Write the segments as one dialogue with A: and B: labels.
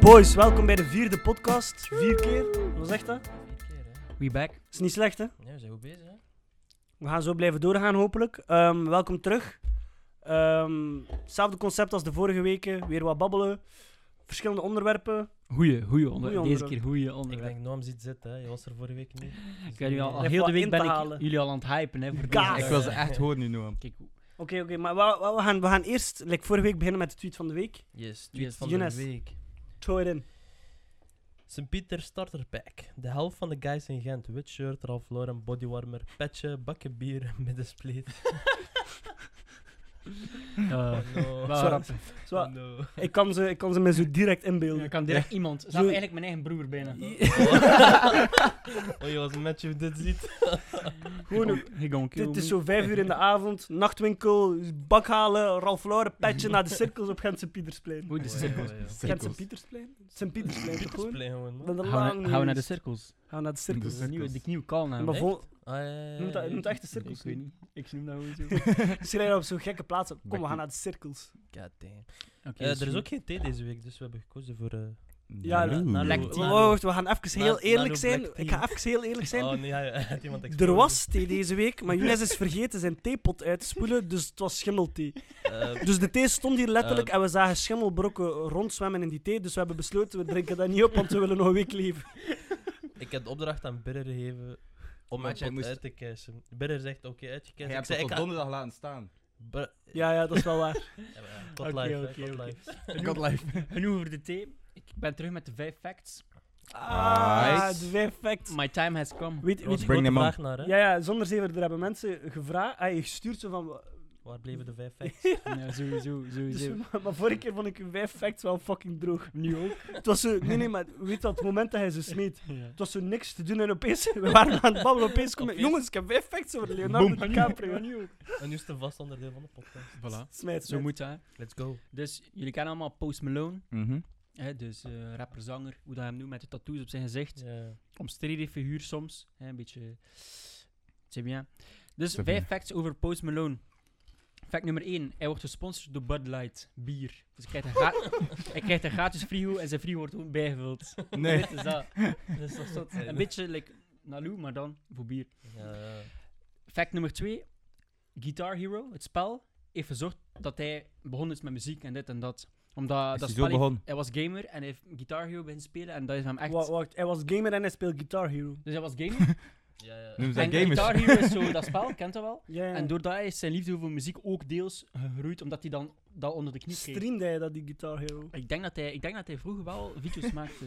A: boys, welkom bij de vierde podcast. Vier keer. Wat zegt dat?
B: We back.
A: Is niet slecht, hè?
C: Ja, we zijn goed bezig, hè?
A: We gaan zo blijven doorgaan, hopelijk. Ehm, welkom terug. Ehm, hetzelfde concept als de vorige weken. Weer wat babbelen. Verschillende onderwerpen.
B: Goeie, goeie
A: Goeie
B: onder. Deze
A: onderwerp.
B: keer goeie
C: Ik
B: onderwerp.
C: denk, Noam ziet zitten, hè. Je was er vorige week niet. Dus
B: Ik weet nu al, al
A: Even
B: heel
A: wat
B: de
A: in
B: week
A: te
B: ben ik
A: halen.
B: jullie al aan het hypen, hè. Voor
A: Kaas.
B: deze-
A: Ik
C: wil
A: wil
C: ze echt
D: horen nu, Noam.
B: Kijk, hoe-
A: Oké, oké, maar we, we- we gaan, we gaan eerst, like vorige week, beginnen met de tweet van de week.
C: Yes, tweet
B: Yes.
C: van
A: Younes.
C: de week.
A: Throw it in.
C: St. Pieter starter pack. De helft van de guys in Gent. Wit shirt, Ralph Lauren, bodywarmer, petje, bakken bier, middenspleet.
B: Eh,
C: Oh, no. Oh,
B: wel
A: Zo-
B: grappig.
A: Zo,
C: no.
A: ik, kan ze, ik kan ze me zo direct inbeelden.
B: Ik kan direct iemand. Zou
A: Zo-
B: eigenlijk mijn eigen broer bijna.
C: Oh, je was een match of dit ziet.
A: Gewoon
B: Ik gon- ik gon kill
A: Dit is
B: me.
A: zo vijf uur in de avond, nachtwinkel, bak halen, Ralph Lauren, petje naar de cirkels op Gentse Pietersplein.
B: Oei, de cirkels.
A: Gentse Pietersplein? Sint Pietersplein, toch gewoon?
C: Spleen, gewoon, man.
A: Dat is een
B: Gaan
A: lang
B: we- gaan we naar de
A: nieuws.
B: cirkels?
A: Gaan we naar de cirkels.
B: De nieuwe, de nieuwe kalnaam.
A: Maar
C: Echt?
A: vol-
C: Ah, ja, ja, ja,
A: noemt dat-
C: ja.
A: noemt dat echt de
B: Nee,
A: cirkels?
B: Ik weet niet. Ik noem dat gewoon zo.
A: Ze rijden op zo'n gekke plaatsen. Kom, we
D: Bakkie.
A: gaan naar de cirkels.
C: God damn.
B: Oké,
C: Eh,
B: dus
C: er is
B: zo.
C: ook geen thee deze week, dus we hebben gekozen voor... eh,
A: Ja,
C: na-
D: Oeh.
C: na-
A: Black
C: Oeh.
A: Tea. Wacht, wacht, we gaan even heel
C: Nano-
A: eerlijk
C: Nano
A: zijn.
C: Black
A: Ik
C: Tea.
A: ga even heel eerlijk zijn.
C: Oh, nee, hij hij had iemand
A: Er
C: exploded.
A: was thee deze week, maar Younes is vergeten zijn theepot uit te spoelen, dus het was schimmelthee.
C: Eh,
A: Dus de thee stond hier letterlijk
C: Eh.
A: en we zagen schimmelbrokken rondzwemmen in die thee, dus we hebben besloten, we drinken dat niet op, want we willen nog een week leven.
C: Ik heb de opdracht aan Birrer gegeven om
D: Oh, Maar
C: mijn
D: jij
C: pot
D: moest-
C: uit te cashen. Birrer zegt, oké, uit je cashen.
D: Jij
C: Ik
D: hebt
C: zei,
D: het
C: ik
D: tot
C: ga...
D: donderdag laten staan.
C: Birrer-
A: Ja, ja, dat is wel waar.
C: Ja, maar ja,
B: Oké,
C: Tot live,
B: oké,
C: hè, tot
B: oké.
C: live.
D: God live.
B: Genoeg over de thee. Ik ben terug met de vijf facts.
A: Ah,
D: Nice.
A: de vijf facts.
B: My time has come.
A: Weet,
C: Er was
A: weet
C: een grote
D: Bring them on.
C: vraag naar, hè.
A: ja, ja, zonder zeven, er hebben mensen gevraagd, ah, je gestuurd zo van...
C: Waar bleven de vijf facts?
B: Ja, sowieso,
A: dus-
B: sowieso.
A: maar, maar vorige keer vond ik uw vijf facts wel fucking droog.
B: Nu ook.
A: Het was zo, nee, nee, maar weet dat, het moment dat hij ze smeet,
B: Ja.
A: het was zo niks te doen en opeens, we waren aan het babbelen, opeens kom ik,
C: Opeens.
A: jongens, ik heb vijf facts over Leonardo DiCaprio.
B: nu ook.
C: En nu is het een vast onderdeel van de podcast.
D: Voilà.
A: Smijt,
B: Zo
A: smijt.
B: moet dat. hè.
C: Let's go.
B: Dus jullie kennen allemaal Post Malone.
D: Mhm.
B: Hè, dus eh, rapper, zanger, hoe dat hem noemt, met de tattoos op zijn gezicht.
C: Ja.
B: Omstreden figuur soms. Hè, een beetje... C'est bien. Dus
D: C'est
B: vijf
D: bien.
B: facts over Post Malone. Fact nummer 1. Hij wordt gesponsord door Bud Light. Bier. Dus hij krijgt een, gra- hij krijgt een gratis frigo en zijn frigo wordt gewoon bijgevuld.
D: Nee.
B: Dit is dat.
C: Dat is toch zot?
B: Een beetje like Nalu, maar dan voor bier.
C: Ja, ja.
B: Fact nummer 2. Guitar Hero, het spel, heeft gezorgd dat hij begonnen is met muziek en dit en dat. Omdat dat
D: Is hij
B: spel
D: zo
B: heeft-
D: begonnen?
B: hij was gamer en hij heeft Guitar Hero beginnen spelen en dat is hem echt...
A: Wa- wacht, hij was gamer en hij speelt Guitar Hero.
B: Dus hij was gamer.
C: Ja, ja.
D: Noem ze
B: en Guitar
D: gamers.
B: Hero is zo dat spel, kent dat wel.
A: Ja, ja.
B: En doordat hij is zijn liefde voor muziek ook deels gegroeid, omdat hij dan dat onder de knie kreeg.
A: Streamde hij dat, die Guitar Hero?
B: Ik denk, dat hij, ik denk dat hij vroeger wel video's maakte.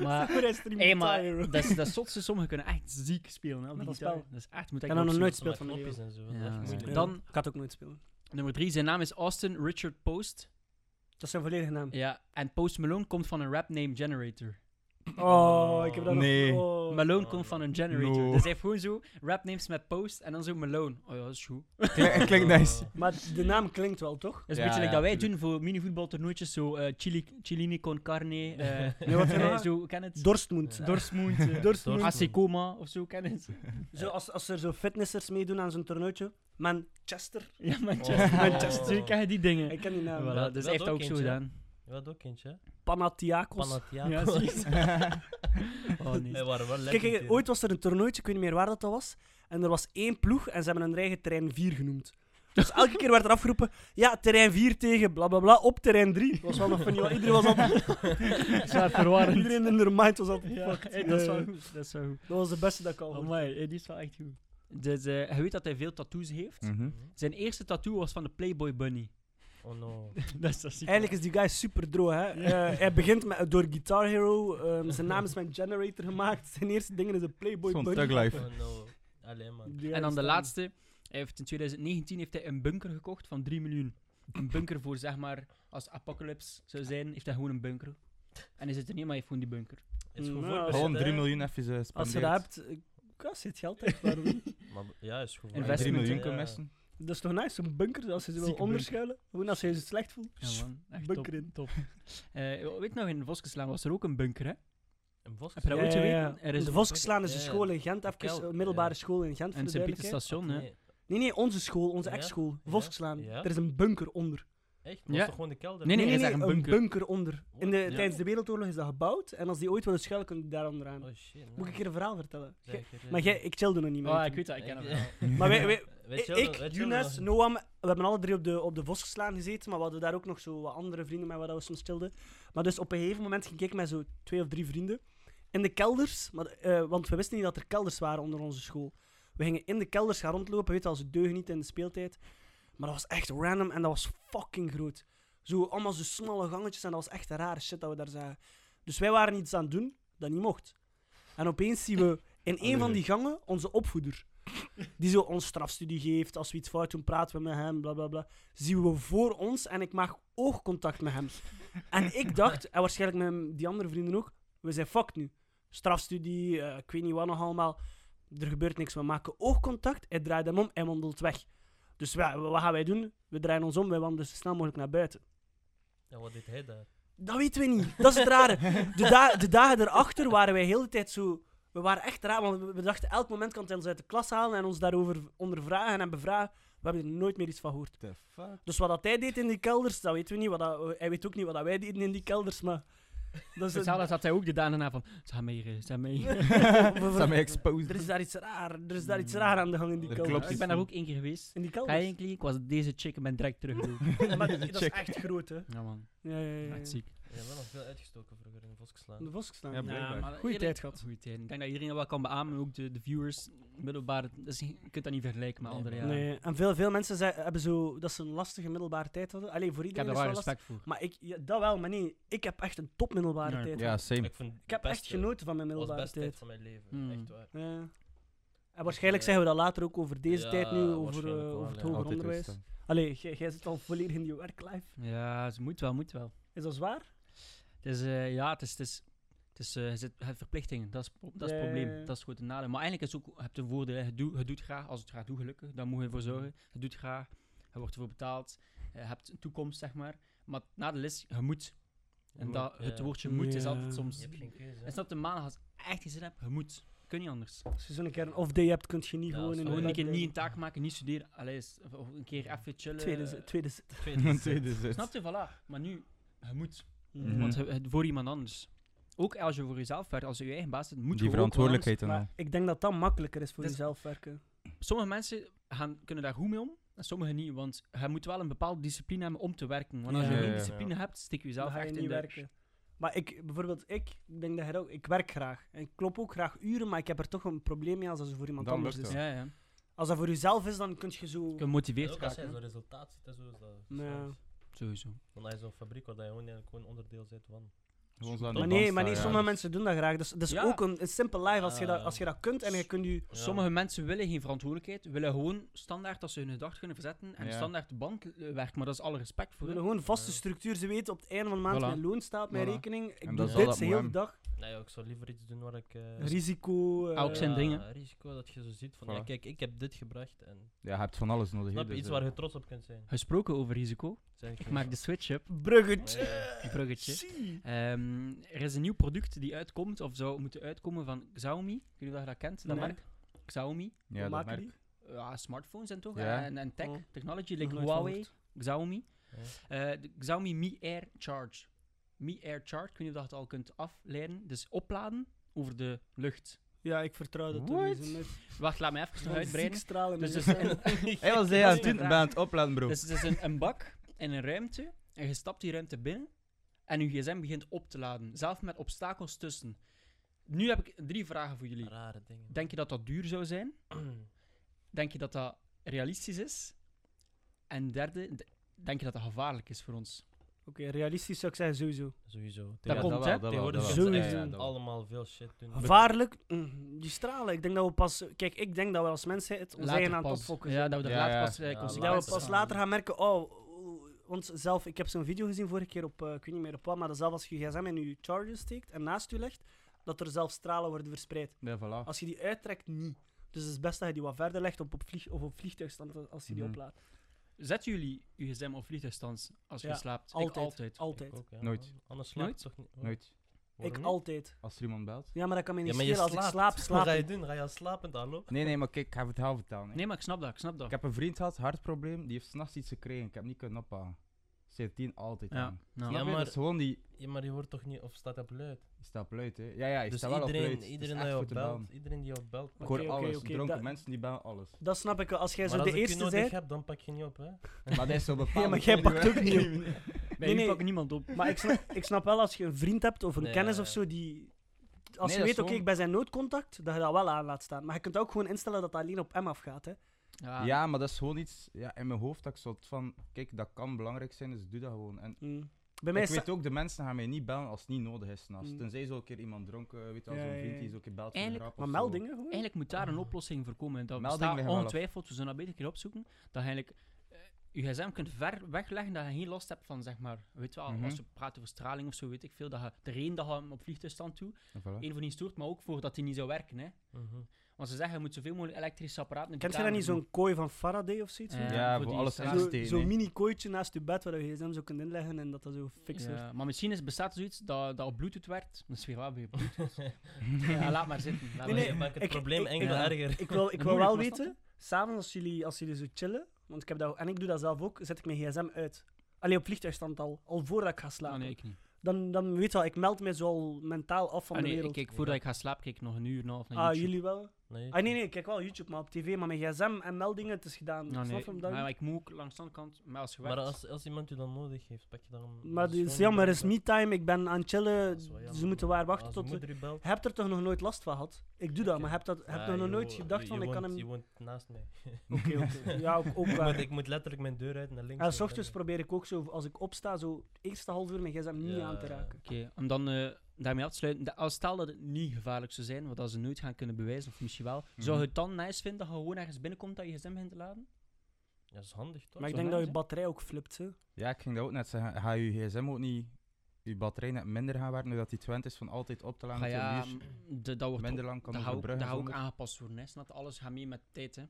B: Maar,
A: Hij streamde
B: hey,
A: Guitar
B: maar
A: Hero.
B: dat is, dat is zotse, sommigen kunnen echt ziek spelen. Hè, op
A: Met
B: de
A: dat
B: gitaar.
A: spel.
B: Dat is echt, moet ik
A: En dan nog
B: nog
A: nooit
B: zien.
A: speelt van de
C: knopjes en zo.
B: Ja,
C: dat is
B: ja.
C: echt moeilijk.
B: Dan-
A: Ik had ook nooit spelen.
B: Nummer 3, zijn naam is Austin Richard Post.
A: Dat is zijn volledige naam.
B: Ja, en Post Malone komt van een rap name generator.
A: Oh, ik heb dat
D: Nee.
A: nog... Oh.
B: Malone
C: oh,
B: komt van
C: no.
B: een generator.
D: No.
B: Dus hij heeft gewoon zo rap names met Post en dan zo Malone. Oh ja, dat is goed.
D: Klinkt klinkt nice.
A: Maar de naam klinkt wel, toch?
B: Dat is
D: Ja,
B: een beetje
D: ja,
B: like dat wij doen
D: tuurlijk.
B: voor mini-voetbaltoernooitjes. Zo eh chili, chilini con carne. eh
A: Nee, wat zijn dat?
B: zo, ken het?
A: Dorstmoed.
C: Ja.
B: Dorsmoent. eh,
A: Dorstmoed.
C: Dorstmoed.
B: AC Coma of zo, ken het? Eh.
A: Zo, als, als er zo fitnessers meedoen aan zo'n toernooitje. Manchester.
B: Ja, Manchester.
C: Oh.
B: Manchester, ken je die dingen?
A: Ik ken die naam.
B: Voilà,
C: Ja, dat
B: dus hij heeft dat ook
C: ook
B: zo
C: eentje.
B: gedaan.
C: Je had ook eentje, hè?
A: Panathiakos.
B: Ja,
C: Panathiakos.
B: zoiets. Oh nee.
C: Wij waren wel
A: Kijk,
C: lekker.
A: kijk, ooit was er een toernooitje, ik weet niet meer waar dat, dat was. En er was één ploeg en ze hebben hun eigen terrein 4 genoemd. Dus elke keer werd er afgeroepen, ja, terrein 4 tegen blablabla op terrein 3. Dat was wel nog funny, want iedereen was altijd...
B: Zwaar verwarrend.
A: Iedereen in hun mind was altijd
B: Ja,
A: fucked.
B: hey, dat is
A: Ja,
B: wel Oh,
A: ja.
B: goed. Dat is wel goed.
A: Dat was de beste dat ik al hoorde.
B: Amai, hey, die is wel echt goed. Dus eh, hij weet dat hij veel tattoos heeft.
D: Mhm.
B: Zijn eerste tattoo was van de Playboy Bunny.
C: Oh no.
B: dat is dat ziek.
A: Eigenlijk is die guy super droog, hè. Eh, hij begint met, door Guitar Hero, ehm, zijn naam is met Generator gemaakt, zijn eerste dingen is een Playboy
D: Zo'n
A: Bunny.
D: thug life.
C: Oh no. Alleen man.
A: Die guy
B: En dan de
A: bestaat
B: laatste. Hij heeft in 2019 heeft hij een bunker gekocht van 3 miljoen. Een bunker voor, zeg maar, als apocalypse zou zijn, heeft hij gewoon een bunker. En hij zit er niet, maar hij heeft gewoon die bunker.
C: Is goed
A: Nou,
C: voorbereid,
D: Gewoon
C: hè.
D: 3 miljoen even eh,
A: niet. Als je dat hebt,
D: spendeerd.
A: eh, ja, zit geld echt, waarom niet?
C: Maar, ja, is goed.
B: Investment.
D: 3 miljoen
C: Ja.
A: eh,
D: kunnen messen.
A: Dat is toch nice, zo'n bunker, als je ze wil
B: Zieke bunker.
A: onderschuilen. Gewoon als je je slecht voelt.
B: Ja, man. Echt
A: bunker
B: top.
A: in.
B: top. Eh, weet nog, in Voskeslaan was er ook een bunker, hè?
C: Een bos.
B: Heb je dat ooit
A: Ja, ja,
B: geweten?
A: ja.
B: Er is
A: de
B: een
A: Voskeslaan is een
C: Ja,
A: school in Gent, even
C: Kelp,
A: een middelbare
C: ja.
A: school in Gent. Voor
B: En
A: de
B: Sint-Pietersstation,
A: duidelijkheid.
B: hè?
C: Nee.
A: Nee, nee, onze school, onze
C: Ja?
A: ex-school.
C: Ja?
A: Voskeslaan.
C: Ja?
A: Er is een bunker onder.
C: Echt? Maar
B: Ja.
C: is toch gewoon de kelder?
B: Nee, nee,
A: nee,
B: hij
A: een
B: zegt
A: bunker,
B: bunker.
A: onder. In de,
C: Ja.
A: Tijdens de Wereldoorlog is dat gebouwd. En als die ooit willen schuilen, kunnen die daar onderaan.
C: Oh shit.
A: Moet ik een keer een verhaal vertellen? Gij-
C: Zeker, zeker.
A: maar jij, ik chillde nog niet meer.
B: Oh, ik weet dat, ik ken hem wel.
C: Ja.
A: Maar wij, wij,
C: Weet
A: ik,
C: je wel nog- weet je wel
A: Younes,
C: nog-
A: Noam, we hebben alle drie op de, op de Vos geslaan gezeten, maar we hadden daar ook nog zo wat andere vrienden met waar we soms chillden. Maar dus op een gegeven moment ging ik met zo twee of drie vrienden in de kelders, maar, eh, want we wisten niet dat er kelders waren onder onze school. We gingen in de kelders gaan rondlopen, weet je wel, ze deugen niet in de speeltijd. Maar dat was echt random en dat was fucking groot. Zo allemaal zo smalle gangetjes en dat was echt een rare shit dat we daar zagen. Dus wij waren iets aan het doen dat niet mocht. En opeens zien we in een van die gangen onze opvoeder die zo ons strafstudie geeft. Als we iets fout doen, praten we met hem, bla bla bla. Zien we voor ons en ik maak oogcontact met hem. En ik dacht, en waarschijnlijk met die andere vrienden ook, we zijn fucked nu. Strafstudie, eh, ik weet niet wat nog allemaal. Er gebeurt niks. We maken oogcontact, hij draait hem om en wandelt weg. Dus wij- wat gaan wij doen? We draaien ons om, wij wandelen zo snel mogelijk naar buiten.
C: Ja, wat deed hij daar?
A: Dat weten we niet. Dat is het rare. De, da- de dagen erachter waren wij heel de tijd zo... We waren echt raar, want we- we dachten elk moment kan hij ons uit de klas halen en ons daarover ondervragen en bevragen. We hebben er nooit meer iets van gehoord.
D: the fuck?
A: Dus wat dat hij deed in die kelders, dat weten we niet. Wat dat- eh, hij weet ook niet wat dat wij deden in die kelders, maar... Dat is
B: Hetzelfde had hij ook de dagen daarna van, ze gaan mee, eh, ze gaan mee.
D: Zijn mij exposed.
A: er is daar iets raar, er is daar iets raar aan de gang in die
D: Er
A: kelders.
D: klopt
B: ik
D: iets
B: ben daar
D: niet.
B: ook één keer geweest.
A: In die
B: Ga je
A: kelders.
B: in kliniek, was deze chick en ben direct teruggelopen.
A: Maar dat is
D: Check.
A: echt groot, hè.
B: ja man,
A: Ja, ja, ja.
B: echt
A: ja.
B: ziek.
C: Je hebt wel nog veel uitgestoken vroeger in de Vos
A: Aan de
C: geslaan.
A: vos gestaan.
D: Ja,
A: Ja.
D: blijkbaar.
A: Goeie tijd gehad.
B: Goeie tijd. Ik denk dat iedereen dat wel kan beamen, ook de, de viewers. Middelbaar, dat is, je kunt dat niet vergelijken met
C: Nee,
B: andere
C: man.
B: jaren.
A: Nee, en veel, veel mensen zei, hebben zo dat ze een lastige middelbare tijd hadden. Alleen voor
B: Ik heb
A: iedereen
B: daar
A: is
B: wel
A: wel lastig.
B: respect voor.
A: Maar ik, ja, dat wel, maar nee, ik heb echt een topmiddelbare
B: Ja,
A: tijd.
D: Ja, same.
C: Ik, vind
A: Ik heb echt genoten van mijn
C: Dat was
A: middelbare
C: de beste tijd
A: tijd.
C: van mijn leven.
B: Hmm.
C: Echt waar.
A: Ja. En waarschijnlijk zeggen we dat later ook over deze
C: Ja,
A: tijd nu, over,
C: waarschijnlijk
A: eh,
C: wel,
A: over het
C: ja.
A: hoger
D: Altijd
A: onderwijs.
D: wisten.
A: Allee, jij, jij zit al volledig in je werklife.
B: Ja, ze moet wel, moet wel.
A: Is dat zwaar?
B: Het is, eh, ja, het is, het is, het is eh, je zit- je hebt verplichtingen, dat is, pro- dat is het
A: Ja, ja,
B: probleem,
A: ja.
B: dat is goed een nadeel. Maar eigenlijk is ook, je hebt een voordeel, hè. je, doet- je doet graag, als je het graag doet gelukkig, dan moet je ervoor
A: Mm.
B: zorgen. Je doet graag, je wordt ervoor betaald, je hebt een toekomst zeg maar. Maar het nadeel is, je moet. En
C: Moet,
B: dat, het
C: ja.
B: woordje moet is
A: Ja.
B: altijd
C: Je
B: soms...
C: hebt geen keuze.
B: En snap de maandag als je echt geen zin hebt, je moet. Kun je anders.
A: Als je zo'n keer een off-day hebt, kun je niet
C: Ja,
A: gewoon in
C: zo.
B: Gewoon
A: de
B: een keer
A: werk-
B: niet een taak maken, niet studeren, allee, is- of of een keer even chillen.
A: Tweede, zit-
B: eh,
A: tweede zit.
D: Een tweede zit.
B: Snap je, voilà. Maar nu, je moet.
D: Mhm.
B: Want het- het voor iemand anders. Ook als je voor jezelf werkt, als je je eigen baas bent, moet je
D: Die
B: ook wel
D: verantwoordelijkheid en
A: Maar
D: al.
A: ik denk dat dat makkelijker is voor
C: Dus
B: Dat is-
A: jezelf werken.
B: anders- Sommige mensen gaan, kunnen daar goed mee om, en sommigen niet. Want je moet wel een bepaalde discipline hebben om te werken. Want als
A: Ja,
B: je
D: ja,
B: geen
D: ja.
B: discipline hebt, stik je
A: Dan
B: jezelf
A: ga je
B: echt
A: niet
B: in de...
A: werken. Maar ik, bijvoorbeeld ik, ik denk dat jij dat ook, ik werk graag. En ik klop ook graag uren, maar ik heb er toch een probleem mee als dat zo voor iemand
D: Dan
A: anders
D: lukt
A: is.
D: dat.
B: Dus Ja, ja.
A: Als dat voor jezelf is, dan kun je zo...
B: Je kunt gemotiveerd
C: ook als jij
B: raken,
C: zo'n
B: hè.
C: resultaat ziet en zo, is dat...
A: Ja.
B: Sowieso.
C: Dan heb je zo'n fabriek waar dat je gewoon, eigenlijk gewoon onderdeel bent van.
D: Gewoon zo aan de
A: Maar
D: band
A: nee, maar
D: staan,
A: nee
D: ja. Eh,
A: sommige mensen doen dat graag. Dus dat is
B: Ja.
A: ook een, een simpel live als je, dat,
C: Ah.
A: als je dat kunt en je kunt je...
C: Ja.
B: Sommige mensen willen geen verantwoordelijkheid, willen gewoon standaard dat ze hun dag kunnen verzetten en
D: Ja.
B: standaard de band eh, werken. Maar dat is alle respect
A: We
B: voor. hè.
A: willen gewoon vaste
C: Ja.
A: structuur. Ze weten op het einde van de maand
B: Voilà.
A: mijn loon staat, mijn
D: Voilà.
A: rekening. Ik
D: En
A: doe
D: dat is al
A: dit
D: dat
A: de hele
D: moet
A: dag.
C: Nee, ik zou liever iets doen waar ik... eh,
A: Risico. eh,
B: Ah, ook zijn
C: ja,
B: dingen.
C: risico dat je zo ziet van,
D: Voilà.
C: ja kijk, ik heb dit gebracht en...
D: Ja, je hebt van alles nodig. hè,
C: Snap je,
D: dus,
C: iets
D: eh,
C: waar je trots op kunt zijn.
B: Gesproken over risico,
C: Zeg
B: ik maak de switch up.
A: Bruggetje.
C: Oh,
B: Een
A: Eh,
B: bruggetje. Ehm, er is een nieuw product die uitkomt, of zou moeten uitkomen van Xiaomi. Ik weet niet of je dat kent, dat
A: Nee.
B: merk. Xiaomi.
A: We
D: Ja, dat
A: maken
D: merk
A: die.
B: Ja, smartphones en toch? eh,
D: Ja.
B: En, en tech,
A: Oh.
B: technology,
A: Nog
B: like
A: nooit van
B: Huawei, Xiaomi.
C: Ja.
B: Eh, de Xiaomi Mi Air Charge. Mi Air Charge, ik weet niet of je dat al kunt afleiden. Dus opladen over de lucht.
A: Ja, ik vertrouw dat toch
D: What?
A: niet. Ze
B: Wacht, laat me even
A: met- Oh, Ziek
B: uitbreiden.
A: stralen.
B: Dus
A: Dus
B: het is een-
D: Hij was hij aan het doen,
B: Ja.
D: ben aan het opladen, bro.
B: Dus het is een, een bak in een ruimte. En je stapt die ruimte binnen. En je gsm begint op te laden. Zelf met obstakels tussen. Nu heb ik drie vragen voor jullie.
C: Rare dingen.
B: Denk je dat dat duur zou zijn? Denk je dat dat realistisch is? En derde, d- denk je dat dat gevaarlijk is voor ons?
A: Oké, realistisch zou ik zeggen sowieso.
C: Sowieso.
B: Dat komt, hè?
C: Tegenwoordig
A: wel.
C: kunnen ze
A: Sowieso.
C: echt
A: Ja, dat
C: allemaal veel shit doen.
A: Gevaarlijk? Mm, die stralen. Ik denk dat we pas... Kijk, ik denk dat we als mensheid ons eigen aan het
B: pas.
A: opfokken zijn.
B: Ja, dat we er
D: Ja,
B: later
D: ja.
B: pas eh,
C: Ja, dat
A: Dus dat
B: consequenties
A: we pas
B: van-
A: later gaan merken, oh, oh, want zelf, ik heb zo'n video gezien vorige keer op, eh, ik weet niet meer op wat, maar dat zelf als je je gsm in je charger steekt en naast je legt, dat er zelf stralen worden verspreid.
D: Ja, voilà.
A: Als je die uittrekt, niet. Dus het is best dat je die wat verder legt op, op, vlieg, of op vliegtuigstand als je die
D: Mhm.
A: oplaat.
B: Zetten jullie je gsm op vliegtuigstand als je
A: Ja,
B: slaapt? Ik
A: Altijd.
B: altijd.
A: Altijd.
C: Ik ook, ja,
D: Nooit.
C: man. Anders slaap
B: Nooit?
C: ik toch niet.
D: Nooit.
A: Ik altijd.
D: Als er iemand belt.
A: Ja, maar dat kan me niet
C: Ja, maar je
A: schelen. Als ik slaap,
C: slaapt. Wat
A: slaap
C: ga je
A: ik.
C: doen? Ga je al slapend, hallo?
D: Nee, nee, maar kijk, ik ga het verhaal vertellen. hè.
B: Nee, maar ik snap dat, ik snap dat.
D: Ik heb een vriend gehad, hartprobleem, die heeft s'nachts iets gekregen. Ik heb hem niet kunnen ophalen. C10 altijd
B: Ja,
D: aan.
B: ja.
C: Ja,
D: Ja, maar...
C: maar-
D: Dat is gewoon die...
C: Ja, maar je hoort toch niet of staat dat luid?
D: Je staat pluit, hè. Ja, ja, je
C: Dus
D: staat wel op
C: iedereen,
D: luid. Het is
C: iedereen,
D: echt
C: die jou
D: voor te bellen.
C: belt, iedereen die jou belt, pak
D: Ik
A: Oké,
D: hoor
A: oké,
D: alles.
A: oké,
D: Dronken
A: dat-
D: mensen die bellen alles.
A: Dat snap ik wel. Als jij
C: Maar
A: zo de
C: als ik je
A: eerste Mhm.
C: nodig
A: bent...
C: heb, dan pak je niet op, hè?
D: Maar dat is op bepaalde...
A: Ja, maar jij pakt ook niet op.
B: Bij
A: Nee,
B: u
A: nee.
B: pakt niemand op.
A: Maar ik snap, ik snap wel als je een vriend hebt of een
C: Nee,
A: kennis
C: ja,
A: of
C: ja.
A: zo die. Als
D: Nee, dat
A: je
D: is
A: weet, oké,
D: gewoon-
A: ik ben zijn noodcontact, dat je dat wel aan laat staan. Maar je kunt ook gewoon instellen dat dat alleen op M afgaat. Hè.
B: Ja,
D: Ja, maar dat is gewoon iets ja, in mijn hoofd dat ik soort van... Kijk, dat kan belangrijk zijn, dus doe dat gewoon. En
A: Mm. Bij mij
D: ik
A: is
D: weet ook, de mensen gaan mij niet bellen als het niet nodig is. s'nachts.
A: Mm.
D: Tenzij zo een keer iemand dronken, weet je wel,
A: Ja,
D: zo'n
A: ja,
D: vriend die
A: ja.
D: zo een keer belt voor
B: Eigenlijk-
D: een grap
A: Maar
D: of zo.
A: meldingen gewoon.
B: Eigenlijk moet
A: Ah.
B: daar een oplossing voor komen. En dat
D: Melding
B: bestaat
D: liggen wel af.
B: ongetwijfeld, we zullen dat beter een keer opzoeken. Dat je eigenlijk eh, je gsm kunt ver wegleggen dat je geen last hebt van, zeg maar, weet je wel,
D: Mhm.
B: als je praat over straling of zo, weet ik veel, dat je er één dag hem op vliegtuigstand toe,
D: En voilà.
B: één voor niet stoort, maar ook voor dat die niet zou werken, hè. Want ze zeggen, je moet zoveel mogelijk elektrische apparaten in de
A: Kent je dat
B: kamer
A: niet zo'n
B: doen.
A: kooi van Faraday of zoiets?
B: Ja,
D: Ja,
B: voor
D: voor
B: die
D: alles
B: straling.
D: aan
A: Zo'n
D: te steken,
A: zo
D: hè.
A: mini kooitje naast je bed waar je gsm zo kunt inleggen en dat dat zo fix wordt.
B: Ja, maar misschien is, bestaat er zoiets dat, dat op bluetooth werd. Dat is weer wat weer bluetooth. ja, laat maar zitten.
A: Nee,
B: Laat maar
A: nee,
B: zitten.
C: maakt het
A: ik-
C: probleem
A: ik-
C: enkel
B: ik-
C: erger.
A: Ik wil, ik wil
B: Moeilijk,
A: wel
B: was dat
A: weten, s'avonds als jullie, als jullie zo chillen, want ik heb dat, en ik doe dat zelf ook, zet ik mijn gsm uit. Alleen op vliegtuigstand al, al voordat ik ga slapen.
B: Ah, nee, ik niet.
A: dan, dan weet je wel, ik meld me zo al mentaal af van
B: Ah,
A: de
B: nee, ik
A: wereld.
B: kijk, voordat ik ga slapen, kijk ik nog een uur na of naar
A: ah,
B: YouTube.
A: jullie wel?
C: Nee,
A: Ah, nee, nee, ik kijk wel YouTube, maar op tv, maar mijn gsm en meldingen, het is gedaan.
B: Ah,
A: Snap
B: nee,
A: je hem
B: maar,
A: dan? Maar,
B: ik moet ook langs de kant, maar als je
C: Maar
B: werkt-
C: als, als iemand je dan nodig heeft, pak je dan...
A: het is jammer, het is me-time, ik ben aan het chillen,
C: Dat is wel jammer,
A: ze moeten
C: man.
A: waar wachten
C: Als
A: tot...
C: je
A: ze-
C: moeder u belt...
A: Heb er toch nog nooit last van gehad? Ik doe dat,
C: Oké.
A: maar heb, dat, heb
C: Ja,
A: je nog
C: je
A: nooit
C: wo-
A: gedacht
C: je
A: van, ik kan
C: woont-
A: hem...
C: Je
A: Oké,
C: woont naast mij.
A: oké. Ja, ook, ook
C: Ik
A: waar.
C: moet- Ik moet letterlijk mijn deur uit naar links.
A: En
C: en
A: s
C: naar
A: ochtends
C: rechts.
A: probeer ik ook zo, als ik opsta, zo eerste half uur mijn gsm niet
C: Ja.
A: aan te raken.
B: Oké, om dan eh, daarmee af te sluiten. Da- Als stel dat het niet gevaarlijk zou zijn, wat als ze nooit gaan kunnen bewijzen, of misschien wel,
D: Mhm.
B: zou je het dan nice vinden dat je gewoon ergens binnenkomt dat je gsm begint te laden?
C: Ja, dat is handig, toch?
A: Maar ik
B: Zo
A: denk dat
B: nice,
A: je
B: hè?
A: batterij ook flipt, hè.
D: Ja, ik ging dat ook net zeggen. Ga je gsm ook niet... Je batterij net minder gaan werken, nu dat die 20 is van altijd op te
B: Ah
D: laden.
B: ja,
D: twee uur.
B: m, de- dat wordt
D: minder lang kan
B: dat
D: je
B: hou- dat
D: verbruggen
B: hou ook
D: zonder.
B: aangepast worden. Hè. Snap je? alles gaat mee met de tijd. Hè.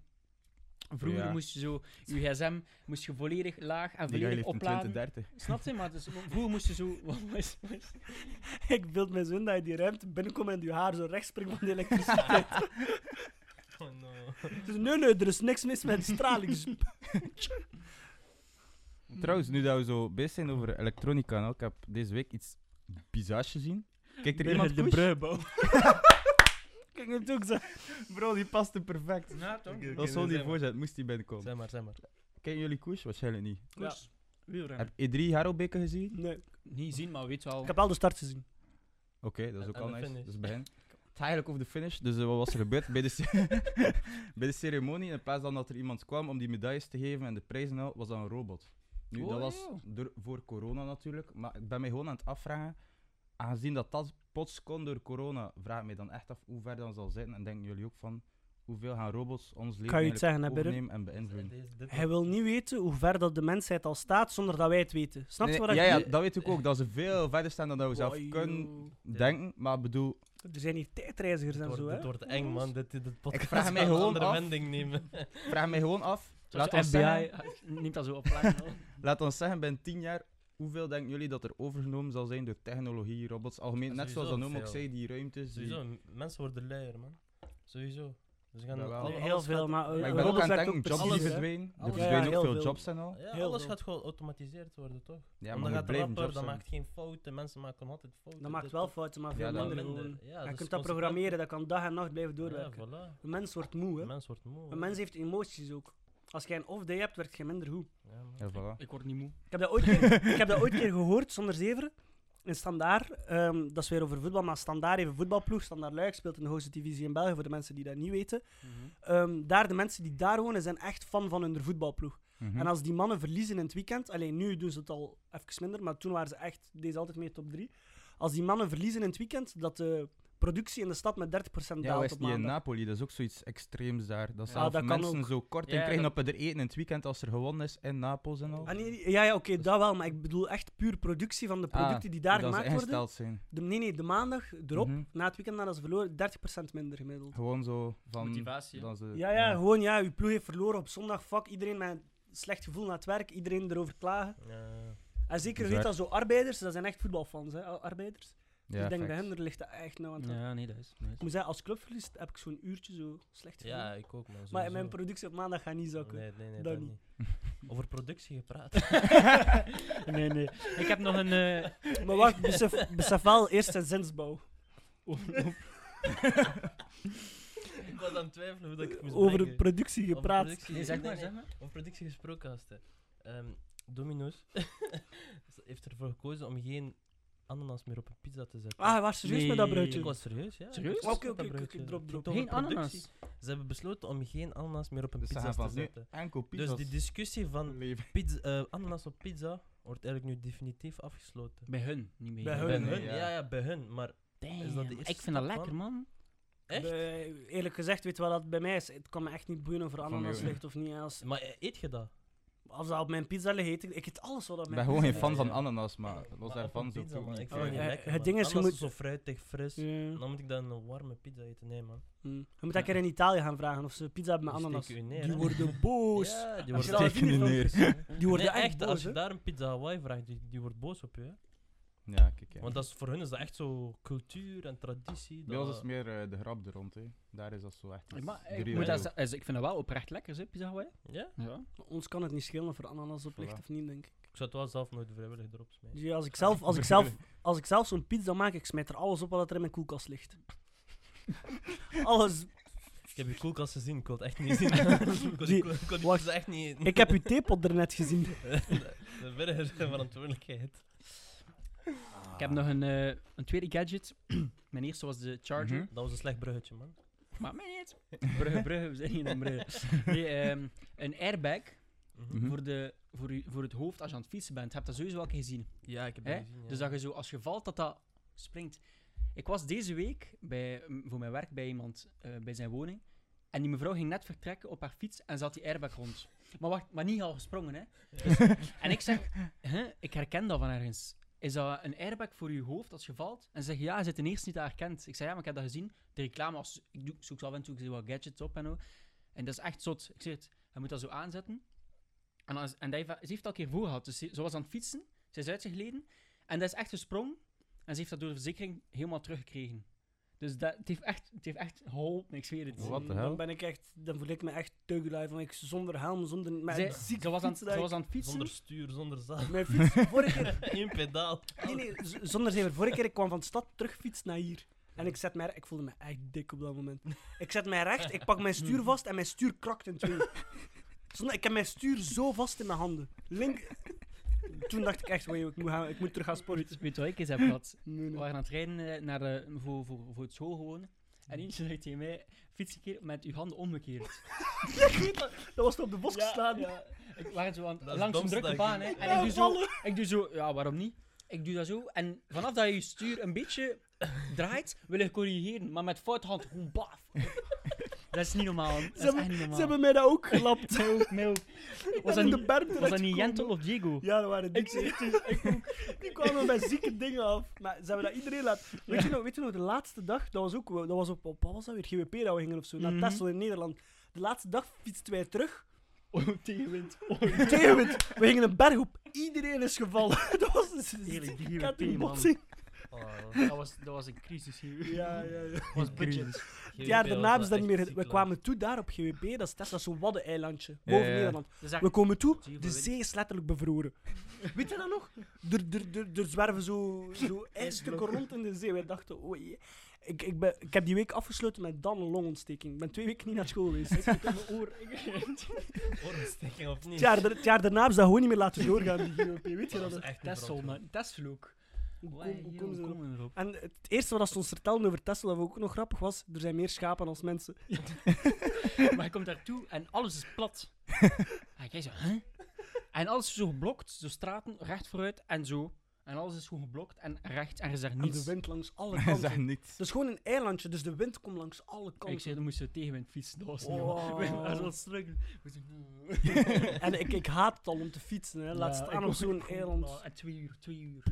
B: Vroeger
D: Ja.
B: moest je zo, je gsm moest je volledig laag en
D: Die guy
B: volledig
D: leeft in
B: opladen.
D: 2030.
B: Snap je? Maar dus, vroeger moest je zo. wat is- wat is-
A: Ik beeld me zo in dat je die ruimte binnenkomt en je haar zo recht springt van de elektriciteit.
C: Oh, no.
A: Dus nee, nee, er is niks mis met die straling.
B: Mm.
D: Trouwens, nu dat we zo bezig zijn over elektronica, en al, ik heb deze week iets bizars gezien. Kijk er iemand
B: de
D: koers?
B: bruibouw.
A: Kijk, het ook zo.
D: Bro, die paste perfect.
B: Ja, toch?
D: Dat is zo die voorzet, moest die binnenkomen.
C: Zeg maar, zeg maar.
D: Kennen jullie koers? Waarschijnlijk niet.
B: Koers. Wielrennen.
D: Heb je drie Harrowbeke gezien?
A: Nee.
B: Niet zien, maar weet wel.
A: Ik heb al de start gezien.
D: Oké, dat is
C: En-
D: ook
C: en
D: al
C: de
D: nice.
C: finish.
D: Dus begin. Het gaat eigenlijk over de finish. Dus eh, wat was er gebeurd? bij, de ce- bij de ceremonie, in plaats dan dat er iemand kwam om die medailles te geven en de prijzen, en al, was dat een robot. Nu,
B: Oh,
D: dat was
B: joh.
D: door, voor corona natuurlijk. Maar ik ben mij gewoon aan het afvragen. Aangezien dat dat plots kon door corona, vraag ik mij dan echt af hoe ver dat zal zitten. En denken jullie ook van hoeveel gaan robots ons leven
A: Kan je iets zeggen, hè,
D: eigenlijk
A: Birre?
D: overnemen en beïnvloeden?
C: Deze- dit-
A: Hij wil niet weten hoe ver dat de mensheid al staat zonder dat wij het weten. Snap je
D: Nee,
A: wat ik
D: ja, ja,
A: bedoel?
D: dat weet ik ook. Dat ze veel verder staan dan dat we zelf
A: Wow,
D: kunnen
C: Ja.
D: denken. Maar ik bedoel,
A: Er zijn hier tijdreizigers
C: dit
A: en
C: wordt-
A: zo, hè?
C: Dit wordt eng, man. Dit, dit, dit podcast
D: vraag
C: gaat
D: mij
C: een
D: gewoon
C: andere
D: af.
C: wending nemen.
D: ik vraag mij gewoon af.
B: Zoals
D: laten we
B: de
D: zeggen-
B: FBI neemt dat zo op. lijn, hoor.
D: Laat ons zeggen, binnen 10 jaar, hoeveel denken jullie dat er overgenomen zal zijn door technologie, robots, algemeen?
C: Ja,
D: Net zoals
C: sowieso
D: dat noem ook
C: veel.
D: zei, die ruimtes. Die...
C: Sowieso, m- mensen worden luier, man. Sowieso. Ze gaan
D: Ja, wel.
C: al-
A: Nee,
C: alles
A: heel veel,
C: gaat-
A: maar, eh,
D: Maar ik
A: Ja,
D: ben ook
A: robots
D: aan het
A: werken
D: denken,
A: ook
D: jobs die
A: precies, hè?
D: verdwenen. Er
C: Alles.
D: verdwijnen
A: Ja, ja,
D: ook veel
A: heel
D: jobs en al.
C: Ja,
A: Heel
C: alles
A: veel.
C: gaat geautomatiseerd worden, toch?
D: Ja,
C: Omdat
D: maar er
C: gaat
D: blijven
C: rapper,
D: jobs
C: dat
D: zijn.
C: maakt geen fouten. Mensen maken altijd fouten.
A: Dat maakt
C: dit,
A: wel
C: dat-
A: fouten, maar
D: Ja,
A: veel
D: dat-
A: minder
D: minder.
A: gewoon.
C: Ja,
A: je
C: is
A: kunt dat
C: consequent.
A: programmeren, dat kan dag en nacht blijven doorwerken.
C: Ja, voilà.
A: Een mens wordt moe,
C: Een
A: hè?
C: mens wordt moe.
A: Een mens heeft emoties ook. Als jij een off-day hebt, werkt je minder goed.
C: hè. Ja, man.
D: Ja, voilà.
B: Ik word niet moe.
A: Ik heb dat ooit keer, ik heb dat ooit keer gehoord, zonder zever. In Standaard, ehm, dat is weer over voetbal, maar Standaard heeft een voetbalploeg. Standaard Luik speelt in de hoogste divisie in België, voor de mensen die dat niet weten.
B: Mhm.
A: Ehm, daar, de mensen die daar wonen, zijn echt fan van hun voetbalploeg.
D: Mhm.
A: En als die mannen verliezen in het weekend, alleen nu doen ze het al even minder, maar toen waren ze echt, deze altijd meer top 3. Als die mannen verliezen in het weekend, dat de productie in de stad met 30%
D: Ja,
A: daalt
D: was
A: op
D: niet in
A: maandag. Ah,
D: Napoli, dat is ook zoiets extreems daar. Dat
B: Ja,
D: zelfs
A: dat kan
D: mensen
A: ook.
D: zo korting
B: Ja,
D: krijgen
B: dat-
D: op er eten in het weekend als er gewonnen is in Napels en al.
A: Ah, nee, nee, ja, ja oké, dat wel, maar ik bedoel echt puur productie van de producten die daar
D: Ah, Dus dat ze
A: gemaakt worden.
D: ingesteld zijn.
A: De, nee, nee, de maandag erop,
D: Mhm.
A: na het weekend nadat ze verloren, 30% minder gemiddeld.
D: Gewoon zo van...
B: Motivatie, hè?
D: dat ze-
A: Ja, ja, gewoon, ja, uw ploeg heeft verloren op zondag, fuck, iedereen met een slecht gevoel naar het werk, iedereen erover klagen.
C: Ja.
A: En zeker
D: Bizar.
A: weet dat zo arbeiders, dat zijn echt voetbalfans, hè, arbeiders. ik denk bij
D: facts.
A: hem er ligt dat echt nou aan het
B: Ja, nee, dat is.
A: Ik moet zeggen, als club verliest heb ik zo'n uurtje zo slecht gevoel.
C: Ja, ik ook, man.
A: maar mijn
C: sowieso.
A: productie op maandag gaat niet zakken.
C: Nee, nee, nee,
A: Dat
C: dat
A: niet.
C: niet. Over productie gepraat.
B: nee, nee. Ik heb nog een. eh,
A: Maar wacht, besef, besef wel eerst zijn zinsbouw.
C: ik was aan het twijfelen hoe dat ik het moest
A: Over
C: brengen.
A: productie
C: Over
A: gepraat.
C: productie-
B: nee, zeg
C: nee,
B: maar,
C: nee.
B: zeg maar.
C: Over productie gesproken, gasten. Ehm, Domino's heeft ervoor gekozen om geen ananas meer op een pizza te zetten.
A: Ah, hij was serieus met dat
B: Nee.
A: broodje.
C: ik was serieus, ja.
B: Serieus?
A: Oké, oké, oké, oké, drop,
C: drop,
A: drop.
C: drop.
B: Geen ananas.
C: Ze hebben besloten om geen ananas meer op een
D: Dus ze
C: pizza
D: gaan
C: te
D: vanaf nu
C: zetten.
D: enkel
C: Dus
D: pizza's
C: die discussie van
D: leven.
C: pizza, eh, ananas op pizza wordt eigenlijk nu definitief afgesloten.
B: Bij hun, niet meer.
A: Bij
C: Bij
A: hun,
C: hun,
D: ja.
C: ja. ja, bij hun. Maar
B: Damn,
C: Is dat de
B: ik
C: eerste
B: vind dat
C: stap dan?
B: lekker, man.
C: echt?
A: Eh, eerlijk gezegd, weet je wat dat bij mij is? Het kan me echt niet boeien of er
D: Van
A: ananas
D: jou, ja.
A: ligt of niet. Als,
C: Maar eh, eet je dat?
A: als dat op mijn pizza ligt, eet ik, ik eet alles wat op
D: Ik
A: mijn
D: ben gewoon geen
A: pizza
D: fan
C: Ja,
D: van
C: ja.
D: ananas, maar los
C: Maar op
D: daarvan
C: een
D: zo
C: pizza,
D: ik
C: man,
D: niet.
C: Ik vind het
A: Ja,
C: niet
A: ja,
C: lekker,
A: het
C: man.
A: ding is, je
C: Ananas
A: moet-
C: zo fruitig, fris.
A: ligt. Ja.
C: Dan moet ik dan een warme pizza eten. Nee, man.
A: Hm. Je moet dat een keer in Italië gaan vragen of ze pizza hebben met
C: Die
A: ananas.
C: steken u neer,
A: die
C: hè?
A: worden boos.
C: Ja, die
A: Als
C: wordt
A: je dat
D: Steken u
A: vindt,
D: neer.
A: Die worden
C: Nee,
A: echt,
C: echt,
A: boos.
C: als je
A: hè.
C: daar een pizza Hawaii vraagt, die, die wordt boos op je. hè.
D: Ja, kijk. Ja.
C: Want dat is, voor hun is dat echt zo cultuur en traditie.
D: Bij
C: dat-
D: ons is het meer eh, de grap er rond, hè. Daar is dat zo echt. iets
B: Maar, eh,
D: drie
B: moet dat
D: euro.
B: ze- eh, ik vind dat wel oprecht lekker, zeg, pizza Hawaii.
C: Ja?
B: Ja.
A: Ons kan het niet schelen of er ananas op ligt
D: Voilà.
A: of niet, denk ik.
C: Ik zou het wel zelf nooit vrijwillig erop smijten.
A: Dus ja, als ik zelf, als ik zelf, als ik zelf zo'n pizza maak, ik smijt er alles op wat er in mijn koelkast ligt. Alles.
C: Ik heb je koelkast gezien, ik wil het echt niet zien. ik kon die,
A: Die-
C: koel- ik kon die
A: wacht.
C: pizza echt niet eten.
A: Ik heb uw theepot er net gezien.
C: De burger verantwoordelijkheid.
B: Ik heb nog een, eh, een tweede gadget. Mijn eerste was de charger.
D: Mhm.
C: Dat was een slecht bruggetje, man.
B: Maar mij niet. Brugge, Brugge, we zijn hier in Brugge. Nee, ehm, een airbag
D: Mhm.
B: voor, de, voor, u, voor het hoofd als je aan het fietsen bent. Heb dat sowieso wel een keer gezien.
C: Ja, ik heb
B: Hè?
C: die gezien. Ja.
B: Dus dat je zo, als je valt, dat dat springt. Ik was deze week bij, m, voor mijn werk bij iemand eh, bij zijn woning. En die mevrouw ging net vertrekken op haar fiets en zat die airbag rond. Maar wacht, maar niet al gesprongen, hè. Dus- en ik zeg, hè, ik herken dat van ergens. Is dat een airbag voor je hoofd als je valt? En ze zeggen, ja, ze zit ten eerste niet dat herkend. Ik zei, ja, maar ik heb dat gezien. De reclame, als, ik doe, zoek zo af en toe ik zie wat gadgets op en zo. En dat is echt zot. Ik zeg het, hij moet dat zo aanzetten. En, als, en dat heeft, ze heeft dat een keer voor gehad. Dus ze, ze was aan het fietsen, ze is uitgegleden. En dat is echt een sprong. En ze heeft dat door de verzekering helemaal teruggekregen. Dus dat, het, heeft echt, het heeft echt geholpen, ik zweer het.
D: Wat de hel?
A: Mm, Dan ben ik echt, dan voel ik me echt teugelaar van ik zonder helm, zonder mijn,
B: Zij- ze, was aan, het-
A: fietsen dat
B: ze was aan het fietsen.
C: Zonder stuur, zonder zaal.
A: mijn fiets. Vorige keer,
C: Eén pedaal.
A: nee, nee, z- zonder zeven. Vorige keer ik kwam van de stad terugfiets naar hier. En ik zet mij, ik voelde me echt dik op dat moment. Ik zet mij recht, ik pak mijn stuur vast en mijn stuur krakt in twee. Zonder, ik heb mijn stuur zo vast in mijn handen. Link. Toen dacht ik echt, wauw, ik moet, gaan, ik moet terug gaan sporten.
B: Weet- Weet je wat ik eens heb gehad?
A: Nee,
B: We
A: nee.
B: waren aan het rijden eh, naar, eh, voor, voor, voor het school gewoon. En eentje zei tegen mij, fiets een keer met uw handen omgekeerd.
A: Dat was op de bos geslaan.
B: ja. Ik waren zo aan,
C: Dat is
B: langs een
C: domsdag.
B: drukke baan, hè. En ik doe, zo, ik doe zo, ja, waarom niet? Ik doe dat zo. En vanaf dat je je stuur een beetje draait, wil je corrigeren. Maar met fout hand, gewoon baf. Dat is niet normaal. Dat is
A: hebben-
B: echt niet normaal.
A: Ze hebben mij dat ook gelapt.
B: Mij ook, mij ook. Was dat
A: in de
B: niet-
A: berm
B: Was dat niet
A: terechtgekomen.
B: Jentel of Diego?
A: Ja, dat waren die.
B: Ik zweer
A: Die kwamen bij zieke dingen af. Maar ze hebben dat iedereen laten. Weet, je nog, weet je nog, de laatste dag, dat was ook, dat was op, op wat was dat weer? GWP dat we gingen of zo, naar
B: Mhm.
A: Texel in Nederland. De laatste dag fietsten wij terug.
B: Oh, tegenwind. Oh,
A: Tegenwind, we gingen een berg op. Iedereen is gevallen. dat was een
B: Eerlijk, die
A: zieke
B: GWP, man.
A: kettingbotsing.
C: Oh,
B: dat, was, dat was een crisis hier.
A: Ja, ja, ja.
B: Dat was budget.
A: Het jaar daarna hebben ze dat niet meer gedaan. We kwamen toe daar op GWP, dat is Tesla, zo'n waddeneilandje. Boven
D: ja, ja.
A: Nederland.
B: Dus daar-
A: We komen toe,
B: Zie je
A: de
B: wel,
A: zee is letterlijk bevroren. Weet je dat nog? Er, er, er, er zwerven zo, zo ijsstukken rond in de zee. Wij dachten, oh jee. Ik, ik, ben, ik heb die week afgesloten met dan een longontsteking. Ik ben twee weken niet naar school geweest.
C: Oorsteken of niet?
A: het, jaar, daar- het jaar daarna hebben ze dat gewoon niet meer laten doorgaan, die GWP. Weet je
C: Dat
A: dat?
C: was
A: nog?
C: echt niet
B: Tessel, man. Tessel ook.
A: Hoe
B: Wauw,
A: kom- hoe komen ze
B: joh,
A: erop?
B: komen we erop?
A: En het eerste wat ze ons vertelden over Tesla, dat ook nog grappig was, er zijn meer schapen als mensen.
B: Maar je komt daartoe en alles is plat. en jij zo, hè? En alles is zo geblokt, zo straten, recht vooruit en zo. En alles is gewoon geblokt en recht en je zegt
A: En de
B: niets.
A: wind langs alle
D: Hij zegt
A: kanten.
D: niets.
A: Het is gewoon een eilandje, dus de wind komt langs alle
B: Ik
A: kanten.
B: zei, dan moest je tegenwind fietsen. Dat was niet
A: Wow.
B: We waren wel struggelen. We zo,
A: En ik, ik haat het al om te fietsen, hè. laat
B: Ja,
A: staan
B: ik
A: op
B: ook.
A: zo'n eiland.
B: Oh, en twee uur, twee uur.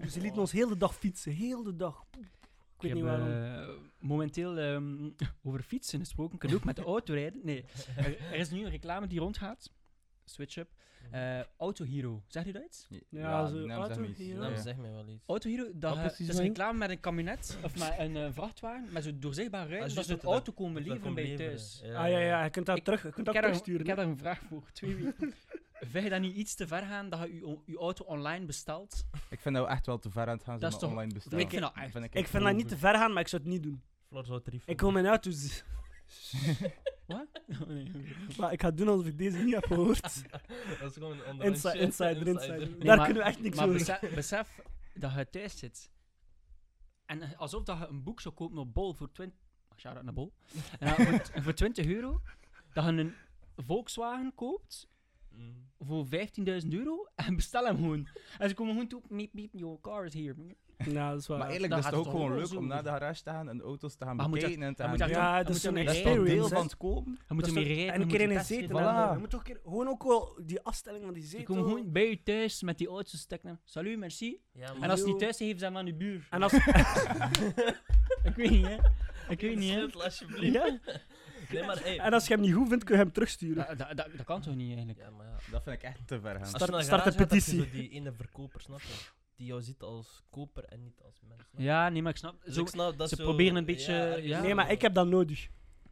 A: Dus ze lieten ons heel de dag fietsen, heel de dag. Ik weet niet waarom.
B: eh, momenteel ehm, over fietsen gesproken. Kun je ook met de auto rijden? Nee. Er, er is nu een reclame die rondgaat. Switch up. Eh, Autohero, zegt u dat iets?
A: Ja, zo, auto hier,
C: Ja,
A: Ja.
C: zeg mij wel iets.
B: Autohero, dat,
D: Wat
B: eh,
D: precies
B: dat is
D: wil je?
B: reclame met een kabinet, of met een eh, vrachtwagen, met zo'n doorzichtbaar
C: Ah,
B: ruit, dat
C: juist,
B: ze het
C: dat-
B: auto komen
C: Dat
B: leveren
C: komt
B: bij
C: leveren.
B: thuis.
A: Ah ja, ja, je kunt dat
B: Ik-
A: terug, je kunt
B: Ik
A: dat
B: heb, daar,
A: terugsturen.
B: ik heb daar een vraag voor, twee weken. Vind je dat niet iets te ver gaan, dat je je, je auto online bestelt?
D: Ik vind dat we echt wel te ver aan het gaan
B: Dat
D: zijn
B: is
D: met
B: toch-
D: online bestellen.
B: Ik vind dat echt-
A: hè. Ik vind dat niet te ver gaan, maar ik zou het niet doen.
C: Floor zou drie
A: Ik wil mijn auto z-
B: Wat? Oh, nee.
A: Maar ik ga doen alsof ik deze niet heb gehoord.
C: Dat is gewoon een online
A: Inside,
C: shit.
A: insider, insider.
C: Insider.
A: Daar
B: maar-
A: kunnen we echt niks
B: Maar
A: over
B: besef, besef dat je thuis zit. En eh, alsof dat je een boek zou kopen op Bol voor 20... Shout-out naar Bol. En dan voor, voor 20 euro, dat je een Volkswagen koopt
C: Mm.
B: voor 15.000 euro en bestel hem gewoon. En ze komen gewoon toe, meep, meep, your car is here. Maar
A: Ja, dat is waar.
D: Maar eerlijk,
B: Dan
D: dat is
B: gaat
D: toch ook
B: het
D: gewoon
B: toch
D: leuk om
B: zo.
D: naar de garage te gaan en auto's te gaan
B: Maar moet je-
D: bekijken en te
B: dan moet
D: gaan...
B: je
A: ja,
B: dan
A: dat is
B: moet
A: zo'n
B: je
D: Dat
B: echt
D: is toch
A: experience.
D: deel
A: hè.
D: van het kopen?
B: Je moet
A: Dat
B: hem
A: is
B: hier
A: toch-
B: rijden.
A: En een
B: je
A: keer in
B: moet
A: een
B: testen.
A: zetel.
D: Voilà.
A: hebben. Je moet toch een keer, gewoon ook wel die afstelling van die
B: Je
A: zetel.
B: komt gewoon bij je thuis met die auto's stekken. Salut, merci.
C: Ja,
B: En als ze niet
A: Yo.
B: thuis zijn, geven ze hem aan de buur.
A: En als...
B: Ik weet niet, hè. Ik weet niet, hè.
C: Shit, alsjeblieft.
A: ja?
C: Nee, maar hey.
A: en als je hem niet goed vindt, kun je hem terugsturen.
B: Dat, dat, dat, dat kan toch niet, eigenlijk?
C: Ja, maar ja.
D: Dat vind ik echt te ver gaan.
A: Start-
C: naar de
A: start
C: garage
A: een
C: gaat, dat je zo
A: petitie.
C: Die ene verkoper, snap je? Die jou ziet als koper en niet als mens. snap je?
B: Ja, nee, maar ik snap...
C: Dus
B: Zo,
C: ik snap dat
B: ze
C: zo-
B: proberen een beetje-
C: ergens
B: ja.
C: zo.
A: Nee, maar ik heb Ah, dat nodig.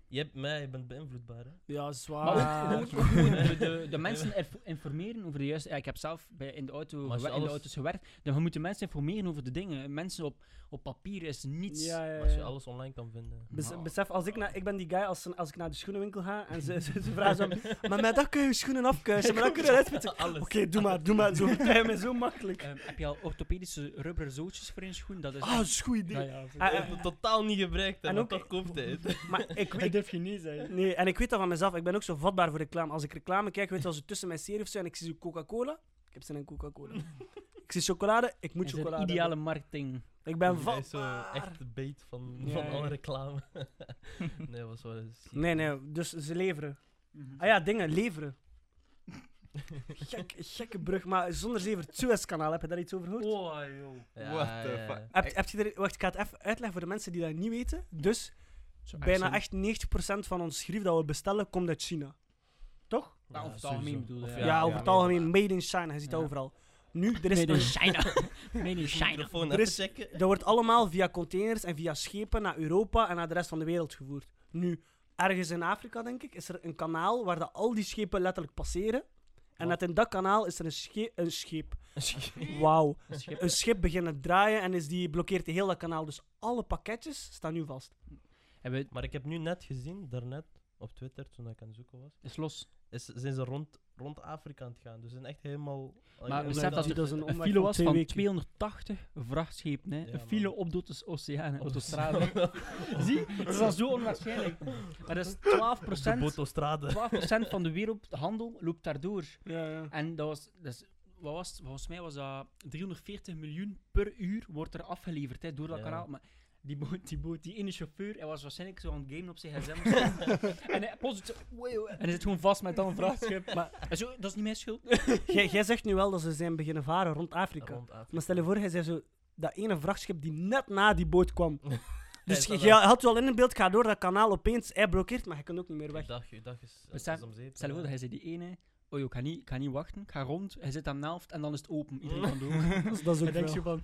C: Je hebt mij, je bent beïnvloedbaar, hè?
A: Ja,
B: Maar
A: zwaar.
B: ook, ook gewoon de, de, de mensen erf- informeren over de juiste... ja, ik heb zelf bij, in, de auto,
C: Maar als je
B: gewer- in de
C: alles-
B: auto's gewerkt. Dan we moeten mensen informeren over de dingen. Mensen op, op papier is niets.
A: Ja, ja,
C: Als je
A: ja.
C: alles online kan vinden.
A: Bes-
B: Nou.
A: Besef, als ik, na, ik ben die guy, als, ze- als ik naar de schoenenwinkel ga en ze, ze, ze vragen zo... Maar met dat kun je je schoenen afkuisen, maar dat kun je eruit spitsen."
C: Alles.
A: Oké, doe maar, doe maar. Zo vertel je mij zo makkelijk.
B: Ehm, heb je al orthopedische rubber zootjes voor in je schoen? Dat is...
A: Ah, dat is een goed idee.
B: ja, ja,
A: Ah,
C: Ik heb het totaal niet gebruikt en,
A: En
C: dan
A: ook-
C: toch koopt hij het.
A: Maar ik weet...
B: durf je niet zeggen.
A: Nee, en ik weet dat van mezelf. Ik ben ook zo vatbaar voor reclame. Als ik reclame kijk, weet je, als het tussen mijn serie of zo en ik zie zo Coca-Cola, ik heb zin in Coca-Cola. ik zie chocolade, ik moet
B: Moet je
A: chocolade.
B: ideale
A: hebben.
B: marketing.
A: Ik ben
C: Hij is zo
A: vatbaar.
C: echt de bait van,
A: Ja,
C: van
A: ja.
C: alle reclame. nee, was wel eens.
A: Nee, nee, dus ze leveren.
B: Mhm.
A: Ah ja, dingen, leveren. Gek, gekke brug, maar zonder zever het Suezkanaal, heb je daar iets over gehoord?
B: Oh, joh.
C: Ja,
D: What the
C: ja, ja.
D: fuck?
A: Heb, heb je er, wacht, ik ga het even uitleggen voor de mensen die dat niet weten. Dus
B: Zo
A: bijna
B: accent.
A: echt 90% van ons schrift dat we bestellen, komt uit China. Toch?
B: Maar over het
C: sowieso.
B: algemeen bedoelde,
C: Of
A: Ja,
B: Ja,
A: over
D: ja.
A: het algemeen, made in China, je ziet dat
B: Ja.
A: overal. Nu, er is
B: Made in
A: een
B: China. Made in China.
C: Microfoon
A: Er
C: even
A: is-
C: checken.
A: Dat wordt allemaal via containers en via schepen naar Europa en naar de rest van de wereld gevoerd. Nu, ergens in Afrika, denk ik, is er een kanaal waar dat al die schepen letterlijk passeren. En net in dat kanaal is er een, sche- een scheep. Wauw. Een schip beginnen draaien en is die blokkeert heel dat kanaal. Dus alle pakketjes staan nu vast.
B: Hebben we...
C: Maar ik heb nu net gezien, daarnet, op Twitter, toen ik aan het zoeken was,
B: Is los.
C: is, zijn ze rond, rond Afrika aan het gaan. Dus ze zijn echt helemaal...
B: Maar
A: omdat
B: besef
A: dat-
B: dat er
A: dat is een
B: een,
A: omweg
B: file
A: van
B: was
A: twee
B: van
A: weken.
B: 280 vrachtschepen. Hè.
C: Ja,
B: een file
C: man.
B: op door de oceaan en autostraden. Zie, het is al zo onwaarschijnlijk. Maar dat is 12%,
C: De Botostrade.
B: 12 van de wereldhandel loopt daardoor.
A: Ja, ja.
B: En dat was... Dat is, wat was het? Volgens mij was dat 340 miljoen per uur wordt er afgeleverd hè, door dat
C: Ja.
B: kanaal. Maar die boot, die boot, die ene chauffeur, hij was waarschijnlijk zo aan het gamen op zijn gsm. of zo. en hij plots zo, wow, en hij zit gewoon vast met dan een vrachtschip. Maar en zo, dat is niet mijn schuld.
A: Jij jij zegt nu wel dat ze zijn beginnen varen rond Afrika.
C: Rond Afrika.
A: Maar stel je voor, jij zei zo dat ene vrachtschip die net na die boot kwam. Dus
C: Hij
A: je
C: is
A: je
C: al-
A: had wel in een beeld, ga door dat kanaal opeens, hij blokkeert, maar je kunt ook niet meer weg.
C: Dag, je dag is,
B: Besef-
C: is om zeep.
B: Stel je voor dat hij zei die ene, oh joh, ik ga niet, ik ga niet wachten, ik ga rond, hij zit aan de helft en dan is het open. Iedereen kan door.
A: Dus dat is ook
B: Hij denkt
A: wel.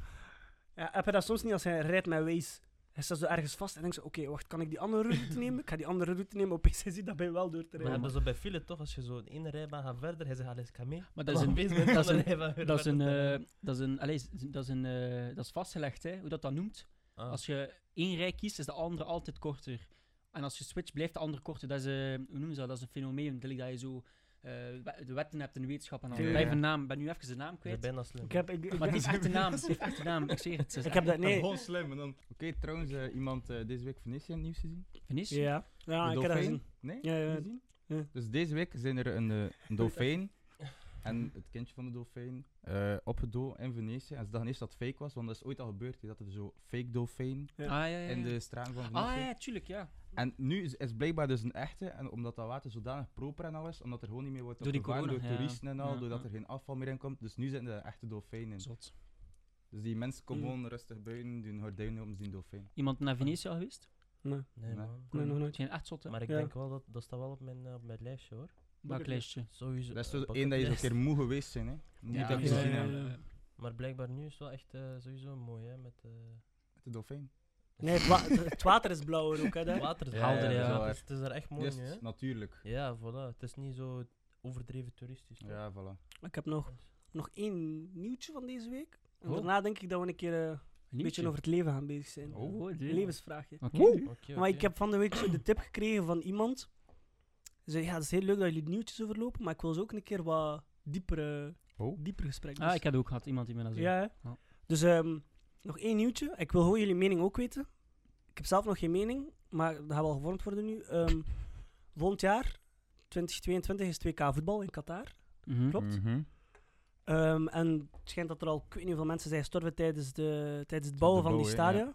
A: Ja, heb je dat soms niet als hij rijdt met Waze? Hij staat zo ergens vast en denkt zo, oké, wacht, kan ik die andere route nemen? Ik ga die andere route nemen, opeens hij ziet dat bij wel door te
C: Maar
A: rijden.
C: hebben ze bij file toch, als je zo in één rijbaan gaat verder, hij zegt, alles ga mee.
B: Maar dat is een...
C: bezig
B: dat is een- Dat is een... eh, dat is een... allee, z- dat is een... eh, Dat is vastgelegd, hè, hoe dat dat noemt. eh,
C: Ah,
D: Ah.
B: Als je één rij kiest, is de andere altijd korter. En als je switcht, blijft de andere korter. Dat is, eh, hoe noemen ze dat? Dat is een fenomeen, denk ik, dat je zo eh, we- de wetten hebt in de wetenschap en dan
A: Ja.
B: blijf een naam. Ik ben nu even zijn naam
C: Ik
B: kwijt.
C: ben slim.
A: Ik heb, ik, ik,
B: Maar
A: ik-
B: die heeft echt een naam. Die heeft echt een naam. Ik zeg het. Ze is
A: ik heb dat, nee.
D: Gewoon slim. en dan- Oké, trouwens, eh, iemand eh, deze week Venetië in het nieuws gezien?
B: Venice?
A: Ja, ja
D: De
A: ik heb dat
D: dolfijn?
A: gezien.
D: Nee?
A: Ja, ja.
D: Gezien?
A: Ja.
D: Dus deze week zijn er een, eh, een dolfijn en het kindje van de dolfijn eh opgedood in Venetië. En ze dachten eerst dat het fake was, want dat is ooit al gebeurd. Die hadden zo fake dolfijn
B: Ah, ja, ja.
D: in
B: ja.
D: de straten van Venetië.
B: Ah, ja, tuurlijk, ja.
D: En nu is, is blijkbaar dus een echte, en omdat dat water zodanig proper en al is, omdat er gewoon niet meer wordt
B: Door die
D: opgevangen
B: corona,
D: door
B: ja.
D: toeristen en al,
B: Ja,
D: doordat
B: ja.
D: er geen afval meer in komt. Dus nu zitten er echte dolfijnen in.
B: Zot.
D: Dus die mensen komen
A: Mm.
D: gewoon rustig buiten, doen gordijnen om, zien dolfijn.
B: Iemand naar Venetië al geweest?
A: Nee,
C: Nee,
D: Nee.
C: man.
A: nee, nog
B: Het
A: nooit.
B: zijn echt zot, hè.
C: Maar ik
A: Ja.
C: denk wel dat dat staat wel op mijn, eh, op mijn lijstje hoor.
B: Bucklijstje.
C: Sowieso.
D: Dat is
C: eh,
D: zo één dat je zo'n
C: bucketlist.
D: keer moe geweest zijn, hè? Niet
B: Ja,
D: dat je
A: ja,
D: gezien
A: ja,
D: hebt.
A: ja.
C: Maar blijkbaar nu is het wel echt eh, sowieso mooi, hè? Met eh
D: Met de dolfijn.
A: Nee, het, wa- het water is blauwer ook, hè. daar.
C: water is
D: Ja,
C: helder,
B: ja, dat is
D: wel
C: Het
D: waar.
C: is, het is daar echt mooi
D: Yes,
C: nu, hè?
D: natuurlijk.
C: Ja, voilà. Het is niet zo overdreven toeristisch. toch?
D: Ja, voilà.
A: Ik heb nog, nog één nieuwtje van deze week. En
C: Oh.
A: daarna denk ik dat we een keer eh, een beetje over het leven gaan bezig zijn.
B: Oh, oh,
A: Een
B: dear.
A: levensvraagje.
B: Oké.
C: Oké,
A: Maar
C: oké.
A: ik heb van de week zo de tip gekregen van iemand. Ze zei, ja, het is heel leuk dat jullie nieuwtjes overlopen, maar ik wil ze ook een keer wat diepere,
D: Oh.
A: dieper gesprek.
B: Ah, ik heb ook gehad. Iemand die me dat zei.
A: Ja, hè.
B: Ja.
A: Dus ehm, nog één nieuwtje. Ik wil gewoon jullie mening ook weten. Ik heb zelf nog geen mening, maar dat gaat wel gevormd worden nu. Ehm volgend jaar, 2022, is 2K voetbal in Qatar.
B: Mhm.
A: Klopt.
D: Mhm.
A: Ehm, en het schijnt dat er al, ik weet niet hoeveel mensen zijn gestorven tijdens, de, tijdens het
D: de
A: bouwen van
D: bouw,
A: die
D: hè, ja.
A: stadia.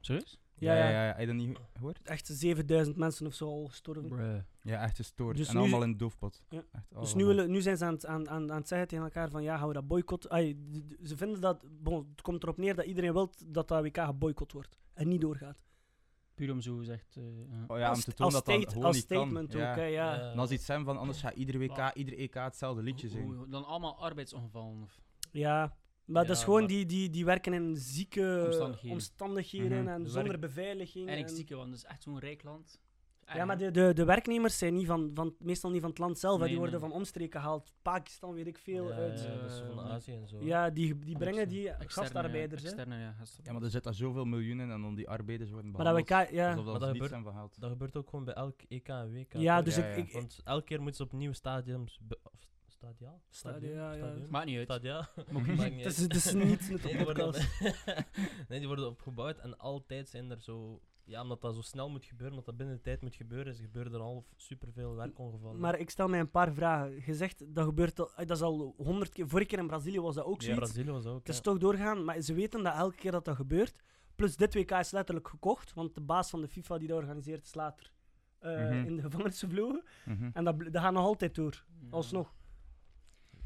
B: Serieus?
A: Ja,
D: Ja,
A: ja.
D: ja, ja. Heb je dat niet gehoord?
A: Echt 7000 mensen of zo al gestorven.
B: Bruh.
D: Ja, echt gestoord.
A: Dus
D: en
A: nu-
D: allemaal in doofpot.
A: Ja.
D: Echt oh,
A: Dus nu,
D: allemaal.
A: willen, nu zijn ze aan het, aan, aan, aan het zeggen tegen elkaar van ja, gaan we dat boycotten. Ai, d- d- ze vinden dat, bon, het komt erop neer dat iedereen wil dat dat WK geboycott wordt en niet doorgaat.
B: Puur om zo gezegd. eh, ja.
D: Oh, ja, om
A: als sta-
D: te tonen
A: als
D: dat dat
A: state-
D: gewoon
A: als
D: niet kan.
A: statement ook, hè,
D: Ja.
A: ja.
C: Eh,
D: En als iets zijn van anders gaat ieder
B: Wauw.
D: WK, ieder EK hetzelfde liedje
B: Hoe-
D: zingen.
B: hoe- Dan allemaal arbeidsongevallen. of-
A: Ja, maar dat is
C: Ja,
A: gewoon
C: maar-
A: die, die, die werken in zieke omstandigheden,
B: Omstandigheden.
A: omstandigheden
D: Mhm.
A: en
C: De
A: zonder
C: werk-
A: beveiliging.
B: En ik
A: en-
B: zieke, want het is echt zo'n rijk land.
A: Ja, maar de, de, de werknemers zijn niet van, van, meestal niet van het land zelf. hè.
B: Nee,
A: die worden
B: nee.
A: van omstreken gehaald. Pakistan, weet ik veel.
C: ja,
A: uit.
C: ja,
A: Ja,
B: eh,
C: dat is van Azië en zo.
A: die, die brengen die
B: Externe-
A: gastarbeiders. hè.
B: Externe, ja, gastarbeiders.
D: Ja, maar er zitten zoveel miljoenen en dan die arbeiders worden
A: Maar dat
D: behandeld.
A: WK, ja.
D: Alsof
C: Maar dat
D: dat ze niet
C: gebeurt-
D: zijn verhaald.
C: Dat gebeurt ook gewoon bij elk EK en WK.
A: Ja,
C: toch?
A: dus
D: Ja,
A: ik...
D: ja.
A: ik
C: Want elke keer moeten ze opnieuw stadiums... be- Of stadia?
A: Stadia, ja. Dus
C: Stadion?
B: Maakt niet uit.
C: Stadia?
B: Maakt niet uit.
C: Maakt niet
A: het, is,
C: uit.
A: het is niet in
C: Nee,
A: de
C: die worden,
A: podcast.
C: nee, die worden opgebouwd en altijd zijn er zo... Ja, omdat dat zo snel moet gebeuren, omdat dat binnen de tijd moet gebeuren, is gebeuren er al superveel werkongevallen.
A: Maar ik stel mij een paar vragen. Je zegt, dat gebeurt al, dat is al honderd keer... Vorige keer in Brazilië was dat ook
C: ja,
A: zoiets.
C: Brazilië was ook...
A: Het is
C: ja.
A: toch doorgaan, maar ze weten dat elke keer dat dat gebeurt. Plus, dit WK is letterlijk gekocht, want de baas van de FIFA die dat organiseert is later eh,
D: Mhm.
A: in de gevangenis gevlogen.
D: Mhm.
A: En dat, bl- dat gaat nog altijd door, alsnog.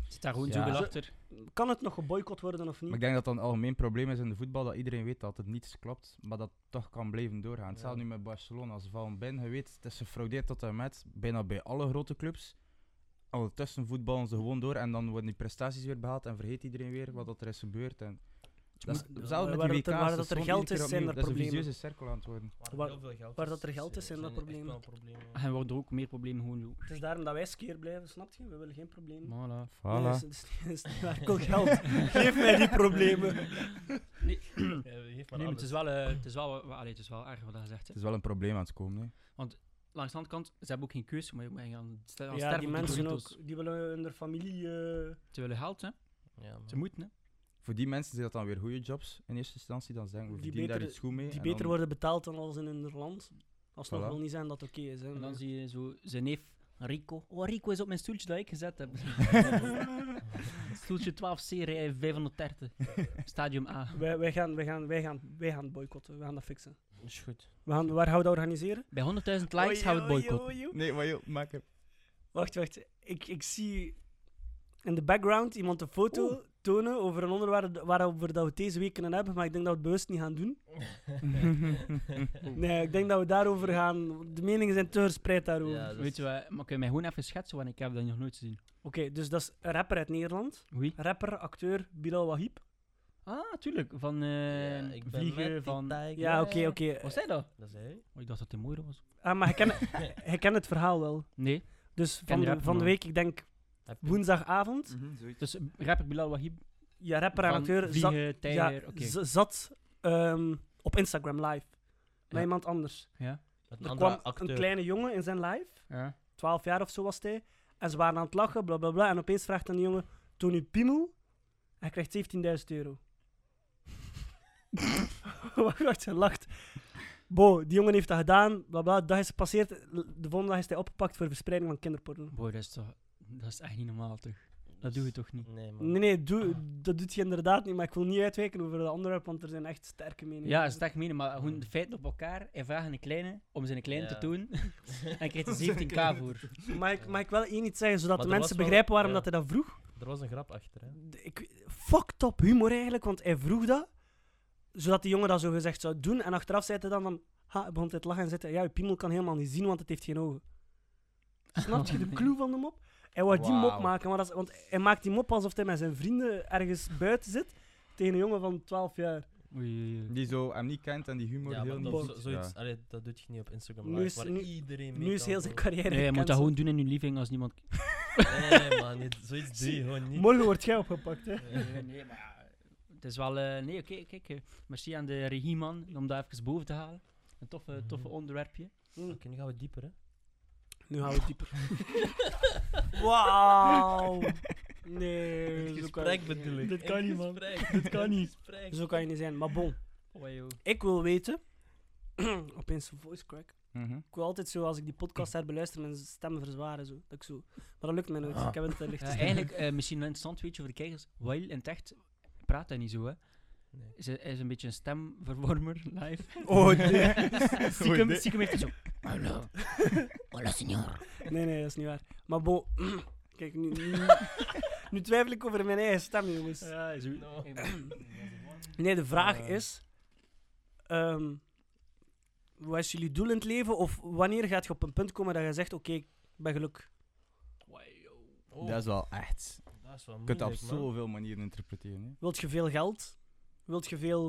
B: Zit daar gewoon
C: Ja.
B: zoveel
D: Zo-
B: achter.
A: Kan het nog geboycott worden of niet?
D: Maar ik denk dat dat een algemeen probleem is in de voetbal, dat iedereen weet dat het niets klopt, maar dat het toch kan blijven doorgaan. Hetzelfde nu met Barcelona. Ze vallen binnen, je weet, het is gefraudeerd tot en met, bijna bij alle grote clubs. Ondertussen voetballen ze gewoon door en dan worden die prestaties weer behaald en vergeet iedereen weer wat dat er is gebeurd. En dat is,
A: moet-
D: zelf
A: waar-
D: met
A: waar
D: die
A: dat er-
D: WK's,
A: waar
D: dat
A: dat er
D: soms
A: geld
D: iedere
A: is,
D: keer
A: zijn er
D: opnieuw. Dat is een
A: problemen.
D: vicieuze cirkel aan het worden.
A: waar-
C: heel veel geld
A: waar dat er geld is, zijn dat
C: er echt
A: problemen.
C: wel problemen.
B: En worden er ook meer problemen gewoon.
A: Het is daarom dat wij skeer blijven, snap je? We willen geen problemen.
B: Voilà.
A: Nee, dat is- dat is niet- dat is niet Ah, waar. Ik wil geld. Geef mij die problemen.
B: Nee, maar het is wel, eh, het is wel, wa- wa- allee, het is wel erg wat dat gezegd
D: Het
B: is.
D: is wel een probleem aan het komen. Hè.
B: Langs de andere kant, ze hebben ook geen keuze, maar je moet gaan st- gaan
A: Ja,
B: sterven
A: die
B: voor
A: mensen
B: Doritos.
A: ook, die willen hun familie... eh,
B: Ze willen geld, hè?
C: Ja,
B: Ze moeten, hè?
D: Voor die mensen zijn dat dan weer goede jobs in eerste instantie. Dan zeggen we,
A: Die
D: we verdienen daar
A: beter-
D: iets goed mee.
A: die
D: en
A: beter
D: dan-
A: worden betaald dan als in hun land. Als het nog
D: Voilà.
A: wil niet zijn dat het oké is. Hè.
B: En dan
A: maar-
B: zie je zo zijn neef Rico. Oh, Rico is op mijn stoeltje dat ik gezet heb. stoeltje 12C, rij 530. Stadium A.
A: Wij, wij, gaan, wij, gaan, wij, gaan, wij gaan boycotten, we gaan dat fixen.
C: is goed.
A: We gaan, waar gaan we dat organiseren?
B: Bij 100.000 likes gaan we het boycotten.
D: Nee, maar joh, maak er.
A: Wacht, wacht. Ik, ik zie in de background iemand een foto tonen over een onderwerp waarover dat we het deze week kunnen hebben, maar ik denk dat we het bewust niet gaan doen. Nee, ik denk dat we daarover gaan... De meningen zijn te verspreid daarover.
C: Ja, dat
B: Weet
C: is-
B: je wat, maar kun je mij gewoon even schetsen, want ik heb dat nog nooit gezien.
A: Oké, dus dat is een rapper uit Nederland.
B: Wie?
A: Rapper, acteur, Bilal Wahib.
B: Ah, tuurlijk. Van
C: Ja,
B: eh
C: ik ben met
B: Vliegen,
C: die
B: van...
C: tiger.
A: Ja, oké, oké.
B: Wat zei dat?
C: Dat is hij.
B: Oh, ik dacht dat het mooi was.
A: Ah, maar hij kent hij kent het verhaal wel.
B: Nee.
A: Dus
B: ken
A: van
B: de
A: de,
B: rapper
A: van de
B: wel.
A: week, ik denk woensdagavond.
D: Mhm,
B: Dus rapper Bilal Wahib.
A: Ja, rapper en
B: van
A: acteur zat,
B: Vliegen,
A: ja,
B: Tijger, oké.
A: z- zat ehm, op Instagram live. Met
B: Ja.
A: iemand anders.
B: Ja.
C: Met een
A: Er
C: andere
A: kwam
C: acteur.
A: een kleine jongen in zijn live.
B: ja.
A: 12 jaar of zo was hij. En ze waren aan het lachen, bla bla bla. En opeens vraagt een jongen: Tony Piemel. Hij krijgt 17.000 euro. wacht, wacht, hij lacht. Bo, die jongen heeft dat gedaan, bla bla. De dag is gepasseerd. De volgende dag is hij opgepakt voor verspreiding van kinderporno.
B: Boy, dat is toch... Dat is echt niet normaal, toch? Dat doe je toch niet?
C: Nee, man.
A: Nee, nee, doe- dat doet je inderdaad niet. Maar ik wil niet uitwijken over de onderwerp, want er zijn echt sterke meningen.
B: Ja, dat is echt meen, maar gewoon de feiten op elkaar. Hij vraagt een kleine om zijn kleine
C: Ja.
B: te doen. en hij krijgt er 17k voor.
A: Mag ik, mag ik wel één iets zeggen, zodat
C: Maar
A: de
C: er
A: mensen
C: was wel-
A: begrijpen waarom
C: ja.
A: dat hij dat vroeg?
C: Er was een grap achter, hè.
A: D- Ik, fucked up humor eigenlijk, want hij vroeg dat, zodat die jongen dat zo gezegd zou doen. En achteraf zei hij dan van, ha, hij begon hij te lachen en zei hij, ja, je piemel kan helemaal niet zien, want het heeft geen ogen. Snap je de clue van de mop? Hij wou die mop
D: Wauw.
A: maken, maar dat is- want hij maakt die mop alsof hij met zijn vrienden ergens buiten zit tegen een jongen van 12 jaar.
B: Oei, oei, oei.
D: Die zo hem niet kent en die humor
C: Ja,
D: heel
C: maar
D: niet
C: dat,
D: ziet.
C: zo- zoiets,
D: Ja.
C: allee, dat doet je niet op Instagram
A: Nu
C: Live,
A: is-
C: waar
A: nu-
C: iedereen mee
A: Nu is
C: kan
A: heel zijn
C: volgen.
A: carrière
B: Nee, je moet
A: gecanceld.
B: dat gewoon doen in je living als niemand...
C: Nee, man, niet- zoiets doe je gewoon niet.
A: Morgen wordt jij opgepakt, hè.
B: Eh, nee, maar ja, het is wel... eh, nee, oké, kijk. eh, merci aan de regieman om dat even boven te halen. Een toffe, toffe
C: Mhm.
B: onderwerpje.
C: Oké, nu gaan we dieper, hè.
A: Nu gaan we dieper. Wauw. Nee,
C: Het
A: zo kan,
C: gesprek bedoel ik.
A: dit kan niet, man.
C: Dit
A: kan niet.
C: Gesprek.
A: zo kan je niet zijn. Maar bon,
B: Oh,
A: ik wil weten... Opeens een voice crack.
D: Mhm.
A: Ik wil altijd zo, als ik die podcast heb beluisteren, mijn stem verzwaren. Zo. Dat ik zo. Maar dat lukt mij nooit. Ik heb het eh, licht.
B: Ja, eigenlijk, eh, misschien wel interessant weet je voor de kijkers. Wael in het echt praat hij niet zo, hè.
C: Nee.
B: Ze- Hij is een beetje een stemverwarmer, live.
A: Oh, nee.
B: Stiekem, stiekem heeft hij zo... nou." Hallo. Hallo, senor.
A: nee, nee, dat is niet waar. Maar bon, kijk, nu, nu, nu twijfel ik over mijn eigen stem, jongens.
B: Ja, zo.
C: No.
A: Nee, de vraag
C: Eh.
A: is: ehm, wat is jullie doel in het leven? Of wanneer gaat je op een punt komen dat je zegt: Oké, ik ben geluk?
C: Oh,
D: Dat is wel echt.
C: dat is wel
D: Je kunt dat op
C: moeilijk, man.
D: zoveel manieren interpreteren. Hè.
A: Wilt je veel geld? Wilt je veel.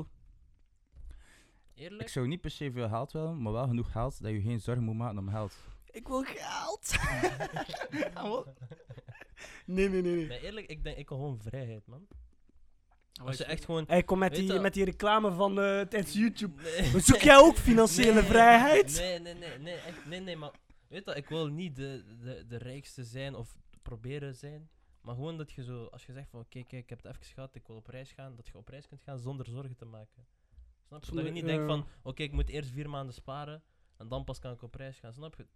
D: Ik
C: Eerlijk?
D: zou niet per se veel geld willen, maar wel genoeg geld dat je geen zorgen moet maken om geld.
A: Ik wil geld! Ah, nee, nee, nee. nee.
C: Nee, eerlijk, ik denk ik wil gewoon vrijheid, man. Als
B: Als
C: je echt gewoon...
A: Hij komt met
C: Weet
A: die,
C: dat-
A: met die reclame van eh tijdens YouTube.
C: Nee.
A: Zoek jij ook financiële
C: Nee,
A: vrijheid?
C: Nee, nee, nee, nee, echt, nee, nee, maar weet dat ik wil niet de, de, de rijkste zijn of proberen zijn, maar gewoon dat je zo, als je zegt van oké, kijk, ik heb het even gehad, ik wil op reis gaan, dat je op reis kunt gaan zonder zorgen te maken. Snap je? Dat je
A: Zonder- eh,
C: niet denkt van
A: ja.
C: oké, ik moet eerst vier maanden sparen en dan pas kan ik op reis gaan, snap je?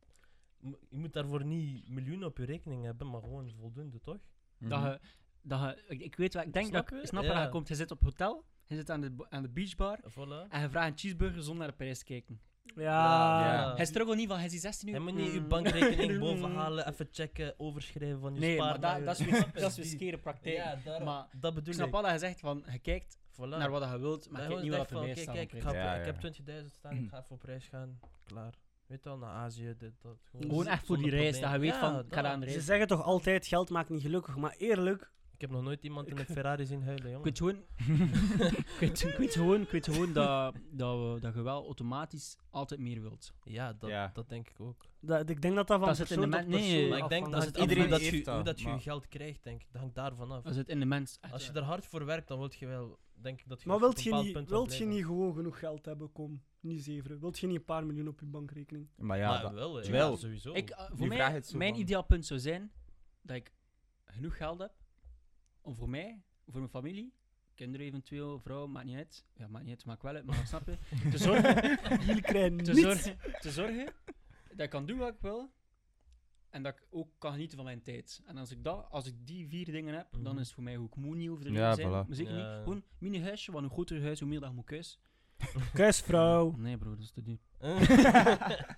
C: M- Je moet daarvoor niet miljoenen op je rekening hebben, maar gewoon voldoende, toch?
D: Mhm.
B: Dat
C: Mhm.
B: je, dat je, ik, ik weet wel, ik denk
C: Snap
B: dat ik
C: je?
B: snap waar
C: Ja.
B: je komt. Je zit op hotel, je zit aan de, bo- aan de beachbar
C: Voilà.
B: en je vraagt een cheeseburger zonder naar de prijs te kijken.
A: Ja.
D: Ja.
B: Hij struggelt niet van, hij is hier 16 uur.
C: Je moet niet je
B: Mm.
C: bankrekening bovenhalen, even checken, overschrijven van je
B: Nee, maar
C: spaarlager.
B: dat, dat is weer,
C: Snap je?
B: dat is weer
C: Die-
B: skere praktijk.
C: Ja, daarom.
B: maar
C: dat
B: ik
C: bedoel
B: snap wel dat je zegt van, je kijkt
C: Voilà.
B: naar wat je wilt, maar je
C: Dat gewoon
B: kijkt
C: zegt
B: niet wat
C: van,
B: erbij
C: oké,
B: staat.
C: kijk, ik,
B: Kijk,
C: ga op-
D: Ja, ja.
C: ik heb 20.000 staan, ik ga voor prijs gaan. Klaar. Weet wel, naar Azië, dit, dat.
B: Gewoon echt voor die
C: zonder
B: reis, dat je
C: probleem.
B: weet
C: Ja,
B: van, ik ga
C: dat.
B: daar aan de
A: Ze
B: reis.
A: zeggen toch altijd: geld maakt niet gelukkig. Maar eerlijk,
C: Ik heb nog nooit iemand in een Ferrari zien huilen,
B: Ik
C: jongen.
B: weet gewoon, ik weet, ik weet gewoon, ik weet gewoon dat, dat, we, dat je wel automatisch altijd meer wilt.
C: Ja, dat,
D: Ja.
C: dat denk ik ook.
A: dat, ik denk dat dat van
B: Dat zit in
A: persoon
B: de
A: tot
B: men- nee,
A: persoon
B: maar
C: Maar ik denk dat
A: afhangt.
C: het
D: Iedereen
C: iedereen dat je,
D: heeft dat,
C: hoe dat je je
D: maar-
C: geld krijgt, denk ik. Dat hangt daarvan af.
B: Dat zit in de mens. echt,
C: Als je
B: ja.
C: er hard voor werkt, dan wil je wel, denk ik, dat je
A: Maar
C: op een
A: wilt je,
C: bepaald
A: niet,
C: punt
A: wilt
C: wil
A: je
C: blijven.
A: niet gewoon genoeg geld hebben? Kom, niet zeveren. Wilt je niet een paar miljoen op je bankrekening?
D: Maar ja,
C: Maar
D: dat-
C: wel, hè.
D: Wel.
C: Ja, sowieso.
B: Ik, eh, voor
D: Nu vraag je
B: mij,
D: het zo
B: mijn
D: van-
B: ideaal punt zou zijn dat ik genoeg geld heb om voor mij, voor mijn familie, kinderen eventueel, vrouw, maakt niet uit. Ja, maakt niet uit, maakt wel uit, maar snap je? Te zorgen,
A: Jullie krijgen
B: te,
A: niets.
B: zorgen, te zorgen dat ik kan doen wat ik wil en dat ik ook kan genieten van mijn tijd. En als ik, dat, als ik die vier dingen heb, dan
C: Mhm.
B: is het voor mij ook moe niet over de
D: Ja,
B: zijn.
D: voilà.
B: maar zeker
C: Ja.
B: niet. Gewoon mini huisje, want hoe groter huis, hoe meer dat je moet kuis.
A: Kuisvrouw.
B: Nee, bro, dat is te duur.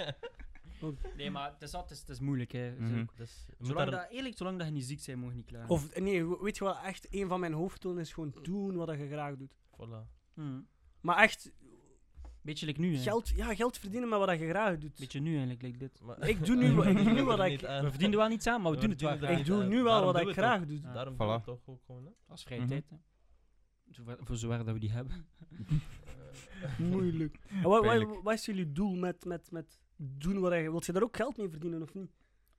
B: Nee, maar het is, altijd- het is moeilijk, hè.
D: Mhm.
C: Dus, je moet
B: Zolang
C: daar-
B: dat, eerlijk, zolang dat je niet ziek bent, mogen niet klaar.
A: Of nee, weet je wel, echt een van mijn hoofddoelen is gewoon doen wat je graag doet.
C: Voilà.
A: Maar echt,
B: Hmm. Beetje like nu, hè.
A: geld, ja, geld verdienen met wat je graag doet.
B: Beetje nu eigenlijk, like dit.
C: Maar-
A: Ik doe nu, ik doe nu wat
C: We
A: ik,
B: We verdienen wel niets aan, maar we, doen het wel
C: verdienen
B: graag.
A: ik doe nu wel
C: Daarom
A: wat
C: doe
A: ik
C: het
A: graag doe.
B: Ja.
C: Daarom
D: Voilà.
C: doen we het toch ook gewoon, hè.
B: Als vrije
D: Mhm.
B: tijd, hè. Zover- voor zover dat we die hebben.
A: Moeilijk. En wat, wat,
D: Pijnlijk.
A: wat is jullie doel met, met, met doen wat je... Wilt je daar ook geld mee verdienen of niet?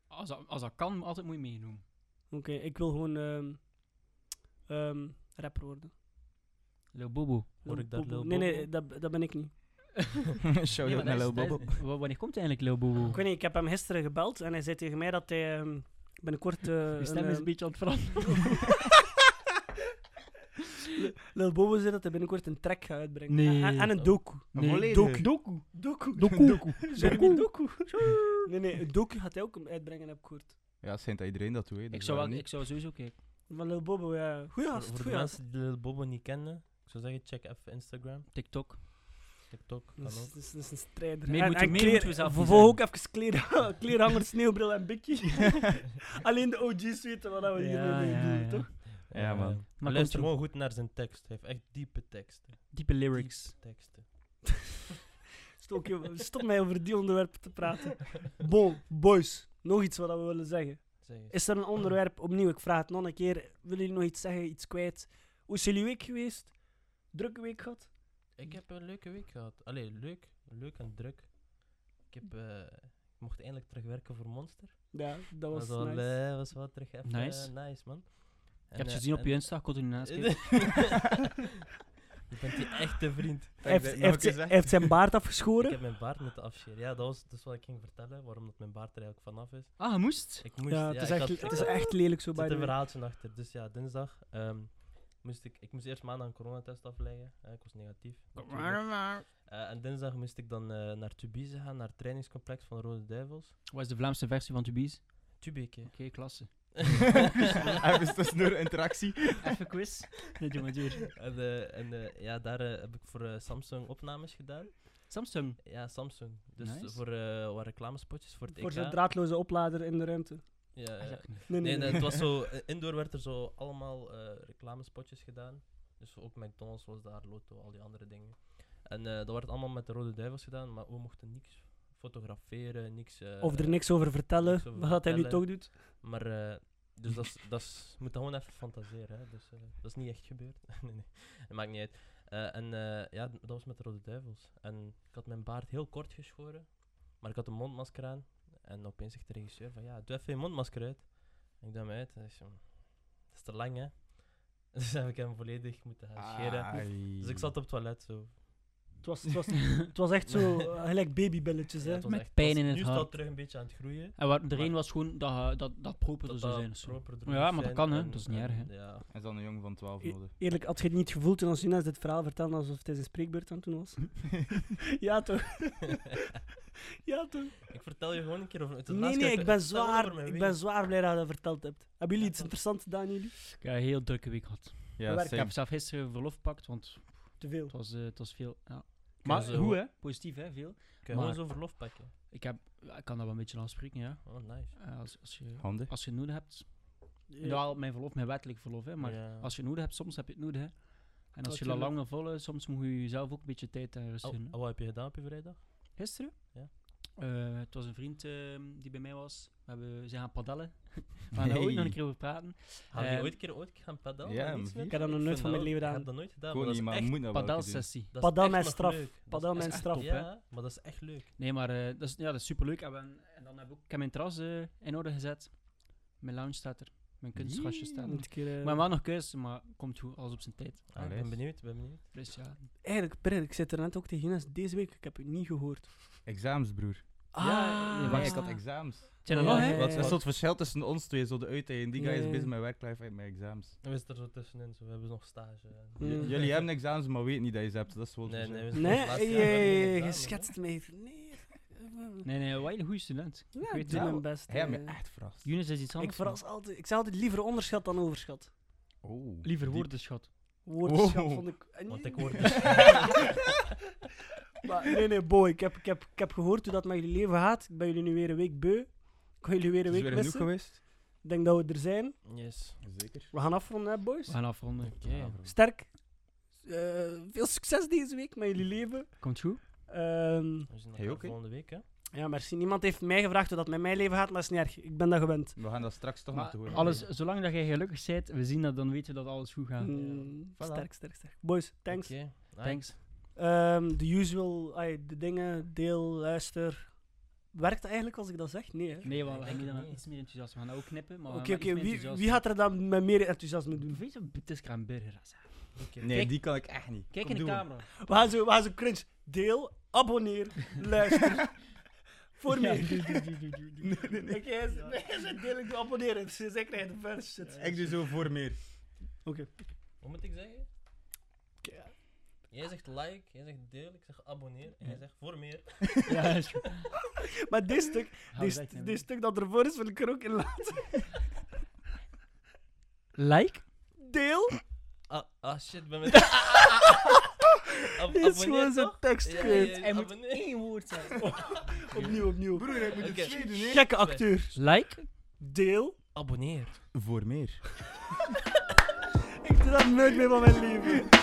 B: Als dat, als dat kan, altijd moet je meedoen.
A: Oké, ik wil gewoon ehm, ehm, rapper worden.
B: Lil Bobo.
C: Hoor ik daar
A: Bobo.
C: Lil
A: Nee,
C: Bobo?
A: nee, dat, dat ben ik niet.
D: Shout
B: Nee,
D: out
B: maar
D: naar
B: dat
D: Lil
B: is- dat
D: Bobo.
B: is- wa- Wanneer komt eigenlijk Lil Bobo?
A: Ik weet niet, ik heb hem gisteren gebeld en hij zei tegen mij dat hij ehm, binnenkort... eh,
B: Je
A: een,
B: stem is
A: ehm,
B: een beetje aan het veranderen.
A: Lil Bobo zei dat hij binnenkort een track gaat uitbrengen.
B: Nee.
A: En, en
C: Oh.
A: een doku.
D: Een volledige.
A: Doku.
B: Doku.
A: Doku.
B: Doku.
A: Zeg niet doku. Nee, nee, een doku gaat hij ook uitbrengen, heb ik gehoord.
D: Ja, het schijnt dat iedereen dat doet. hè, dus
B: Ik zou,
D: waarom
B: wel, ik
D: niet?
B: zou sowieso kijken.
A: Van Lil Bobo, ja. Goeie
C: Voor,
A: gast,
C: voor de
A: goeie gast.
C: mensen die Lil Bobo niet kennen, ik zou zeggen, check even Instagram,
B: TikTok.
C: TikTok, kan
A: Dat is,
C: ook.
A: dat is- dat is een strijder.
B: Meer
A: En-
B: moeten-
A: en
B: meer
A: kleer-
B: moeten we zelf niet
A: Vervolg ook even kleren, kleerhanger, sneeuwbril en bikkie. Alleen de OG's weten wat we hier
B: Ja,
A: mee
B: ja,
A: doen,
B: ja.
A: toch?
D: Ja,
C: Eh,
D: man.
B: Maar
C: luister
B: komt
C: gewoon goed naar zijn tekst, hij heeft echt diepe teksten.
B: Diepe lyrics.
C: Diepe teksten.
A: Stop, stop mij over die onderwerpen te praten. Bon, boys, nog iets wat we willen zeggen.
C: Zeg eens.
A: Is er een onderwerp, opnieuw, ik vraag het nog een keer. Willen jullie nog iets zeggen, iets kwijt? Hoe is jullie week geweest? Drukke week gehad?
C: Ik heb een leuke week gehad. Allee, leuk. Leuk en druk. Ik, heb, eh, ik mocht eindelijk terugwerken voor Monster.
A: Ja, dat
C: Dat
A: was
C: was, wel,
A: nice.
C: eh, was wel terug even, eh,
B: Nice.
C: nice, man. eh,
B: Ik heb het gezien op je Insta, ik kon er niet naast kijken.
C: Je bent die echte vriend.
A: Hij heeft, hij heeft, hij heeft zijn baard
C: Ik
A: afgeschoren.
C: heb mijn baard moeten afscheren. Ja, dat was dus wat ik ging vertellen, waarom dat mijn baard er eigenlijk vanaf is.
B: Ah, je moest?
C: Ik moest,
A: Ja, het is,
C: ik
A: echt, het
C: had-
A: is echt lelijk zo
C: Er
A: bij
C: zit een
A: de
C: verhaaltje achter. Dus ja, dinsdag ehm, moest ik... Ik moest eerst maandag een coronatest afleggen. Eh, ik was negatief. natuurlijk. Eh, en dinsdag moest ik dan eh, naar Tubize gaan, naar het trainingscomplex van Rode Duivels.
B: Wat is de Vlaamse versie van Tubies? Oké,
C: Tubeke.
B: klasse.
D: Even tussendoor interactie.
B: Even quiz. Nee, doe maar door.
C: en eh, en eh, ja, daar eh, heb ik voor eh, Samsung opnames gedaan.
B: Samsung.
C: Ja, Samsung. Dus
B: Nice.
C: voor eh, wat reclamespotjes voor het
A: Voor
C: EK.
A: zo'n draadloze oplader in de ruimte.
C: Ja,
B: Ah,
C: ja.
B: ja.
A: Nee,
C: Nee,
A: nee,
C: nee,
A: nee.
C: het was zo... eh, Indoor werd er zo allemaal eh, reclamespotjes gedaan. Dus ook McDonald's was daar, Lotto, al die andere dingen. En eh, dat werd allemaal met de Rode Duivels gedaan, maar we mochten niks fotograferen, niks... eh,
A: Of er niks over vertellen,
C: niks over
A: wat hij nu
C: vertellen.
A: toch doet.
C: Maar, eh, dus dat is- dat is- moet dan gewoon even fantaseren. Hè? Dus eh, dat is niet echt gebeurd. nee, nee, dat maakt niet uit. Eh, en eh, ja, d- dat was met de Rode Duivels. En ik had mijn baard heel kort geschoren, maar ik had een mondmasker aan. En opeens zegt de regisseur van, ja, doe even je mondmasker uit. En ik doe hem uit. En hij zegt, "Mm, dat is te lang, hè. Dus heb ik hem volledig moeten
D: Ah.
C: gaan scheren. Dus ik zat op het toilet zo.
A: Het was, het was, het was echt zo, eh, gelijk babybelletjes,
C: Ja,
A: hè.
C: het was
B: Met
C: echt-
B: pijn
C: was-
B: in het
C: Nu staat
B: hart.
C: het terug een beetje aan het groeien.
B: En wat er
C: Maar-
B: één was gewoon dat, eh, dat, dat proper zou
C: dat
B: zijn.
C: dat
B: of zo.
C: proper
B: Ja,
C: erop
B: maar dat
C: zijn
B: kan, hè.
C: en-
B: Dat is niet
C: en-
B: erg, hè.
C: Ja,
D: Hij is dan een jongen van 12
A: I-
D: nodig.
A: Eerlijk, had je het niet gevoeld toen als Jonas dit verhaal vertelde alsof het zijn spreekbeurt aan toen was? ja, toch? ja, toch?
C: Ik vertel je gewoon een keer over. het is de
A: Nee,
C: laatste
A: nee,
C: keer-
A: ik ben,
C: vertel over
A: zwaar,
C: mijn
A: ik
C: week.
A: ben zwaar blij dat je dat verteld hebt. Hebben jullie
C: Ja,
A: iets
C: toch.
A: interessants gedaan, jullie?
B: Ik heb een heel drukke week gehad.
D: Ja,
A: werk
B: Ik
D: same.
B: heb zelf gisteren verlof gepakt, want
A: Te veel.
B: het was, eh, het was veel. Ja.
C: Maar
B: Maar
C: zo-
B: hoe, hè? Positief, hè? Veel.
C: Kun je gewoon
B: maar-
C: zo verlof pakken?
B: Ik, heb, ja, ik kan dat wel een beetje afspreken, ja.
C: Oh, nice.
B: Eh, als, als, je,
D: Handig.
B: als je het nodig hebt.
A: Ja.
B: Ja, mijn verlof, mijn wettelijk verlof, hè. Maar
C: Ja.
B: als je het nodig hebt, soms heb je het nodig, hè. En als je dat
A: Natuurlijk.
B: langer volhoudt, soms moet je jezelf ook een beetje tijd en rust
C: Oh,
B: gunnen.
C: oh, wat heb je gedaan op je vrijdag?
B: Gisteren?
C: Ja.
B: Eh, het was een vriend ehm, die bij mij was. We hebben, we zijn gaan padellen. We gaan daar ooit nog een
D: Nee.
B: keer over praten.
C: Heb je
B: Ehm,
C: ooit een keer ooit gaan padellen?
D: ja,
C: maar niets
D: vier.
C: meer?
A: Ik heb dat nog
C: Ik
A: nooit
C: vind
A: van mijn leven
C: ik heb
A: gedaan.
C: dat nooit gedaan,
D: Gewoon
C: maar
D: niet, maar
C: dat is echt,
D: moet nou wel een keer doen.
B: Padelsessie.
C: dat is
A: Padel
C: echt
A: mijn
C: nog
A: straf.
C: leuk. Dat is
A: Padel
C: echt
A: mijn
C: top,
A: straf.
B: hè?
C: Ja, maar dat is echt leuk.
B: Nee, maar eh, dat, is, ja, dat is superleuk. En, we hebben- en dan heb ik, ook, ik heb mijn terras eh, in orde gezet. Mijn lounge staat er. Mijn kunstgastje staat er.
A: Moet ik hier, eh,
B: Ik ben wel nog keuze, maar komt goed, alles op zijn tijd.
C: Ah, ik
D: Allee.
C: ben benieuwd, ben benieuwd.
B: Dus ja,
A: Eigenlijk, Pret, ik zit er net ook tegen Jonas. Deze week, ik heb u niet gehoord.
D: Examens, broer.
A: Ah,
B: ja,
D: Nee,
B: Ah.
D: ik had examens.
B: zijn er
A: Ja,
B: nog,
A: ja,
B: hè?
A: ja.
D: Wat is het verschil tussen ons twee? Zo de uiten en die guy
A: Eh, Ja.
D: is bezig met werklife en met examens.
C: We zitten er zo tussenin, zo. we hebben nog stage. en-
A: Ja.
D: J- Jullie hebben examens, maar weten niet dat je ze hebt. Dat is wel het
C: Nee,
D: verschil.
C: nee, we
A: Mm. Nee,
C: het laatste jaar
A: eh,
C: hebben we geen
A: je
C: examens, hè?
A: schetst mij even neer.
B: Nee, nee, wel een goede student.
A: Ja,
B: weet
A: ik doe
D: het.
A: mijn best.
D: Hij heeft me
A: eh.
D: echt verrast.
B: Younes is iets anders.
A: Ik, verras altijd, ik zeg altijd liever onderschat dan overschat.
D: Oh.
B: man. Liever
D: Diep.
B: woordenschat.
A: Woordenschat
D: Wow.
A: vond ik... eh,
C: Want
A: nee.
C: ik word
A: maar, nee, nee, boy. Ik heb, ik, heb, ik heb gehoord hoe dat met jullie leven gaat. Ik ben jullie nu weer een week beu. Ik wil jullie weer een
D: Is het
A: week
D: weer genoeg
A: missen.
D: geweest?
A: Ik denk dat we er zijn.
C: Yes.
D: Zeker.
A: We gaan afronden, hè, boys.
B: We gaan afronden.
C: Oké.
A: Sterk. Eh, veel succes deze week met jullie leven.
B: Komt goed?
A: Ehm,
C: We zien
D: Hey,
C: elkaar
D: oké.
C: volgende week, hè.
A: ja, merci. Niemand heeft mij gevraagd hoe dat met mijn leven gaat, maar dat is niet erg. Ik ben dat gewend.
D: We gaan dat straks toch nog
B: Maar
D: te horen.
B: alles,
D: krijgen.
B: zolang dat jij gelukkig bent, we zien dat, dan weten we dat alles goed gaat.
A: Mm,
C: Voilà.
A: Sterk, sterk, sterk. Boys, thanks.
C: Oké, Ah, nice.
B: Thanks.
A: Ehm, de usual, ai, de dingen, deel, luister. Werkt dat eigenlijk als ik dat zeg? Nee, hè?
B: Nee, want
C: Ik
B: we
C: denk
B: gaan
C: het
B: dan
C: niet.
B: iets meer enthousiast. We gaan dat ook knippen, maar
A: Oké,
B: we gaan
A: oké.
B: iets
A: Wie,
B: meer enthousiast
A: wie gaat er dan met meer enthousiasme
B: doen.
A: doen?
B: Weet je, het is Kraan Burger.
C: Oké.
D: Nee,
B: Kijk-
D: die kan ik echt niet.
B: Kijk
D: Kom,
B: in de
D: doe hem.
B: camera.
A: We gaan zo, we gaan zo cringe. Deel, abonneer, luister. Voor
B: Ja,
A: meer.
B: doe, doe, doe, doe, doe, doe.
A: Oké, ze- nee, ze delen, ik abonneren. Ze zij krijgen de verse shit.
D: Ik doe zo voor meer.
A: Oké.
C: Wat moet ik zeggen?
A: Oké.
C: Jij zegt like, jij zegt deel, ik zeg abonneer. En jij zegt voor meer.
B: Ja, is goed.
A: Maar dit stuk,
B: Gaan we
A: dit,
B: direct
A: st-
B: nemen.
A: dit stuk dat ervoor is, wil ik er ook in laten.
B: Like?
A: Deel
C: Ah, ah shit, ben met... Ab
A: is gewoon
C: abonneer
A: zo'n
C: toch?
A: tekst
C: Ja,
A: kwijt.
C: ja, ja,
B: Hij moet
C: abonneer.
B: één woord zijn.
A: Opnieuw, opnieuw.
D: Broer, ik moet
C: Oké.
D: het tweede, nee.
A: Gekke acteur.
B: Like?
A: Deel.
C: Abonneer.
D: Voor meer.
A: Ik doe dat nooit meer van mijn leven.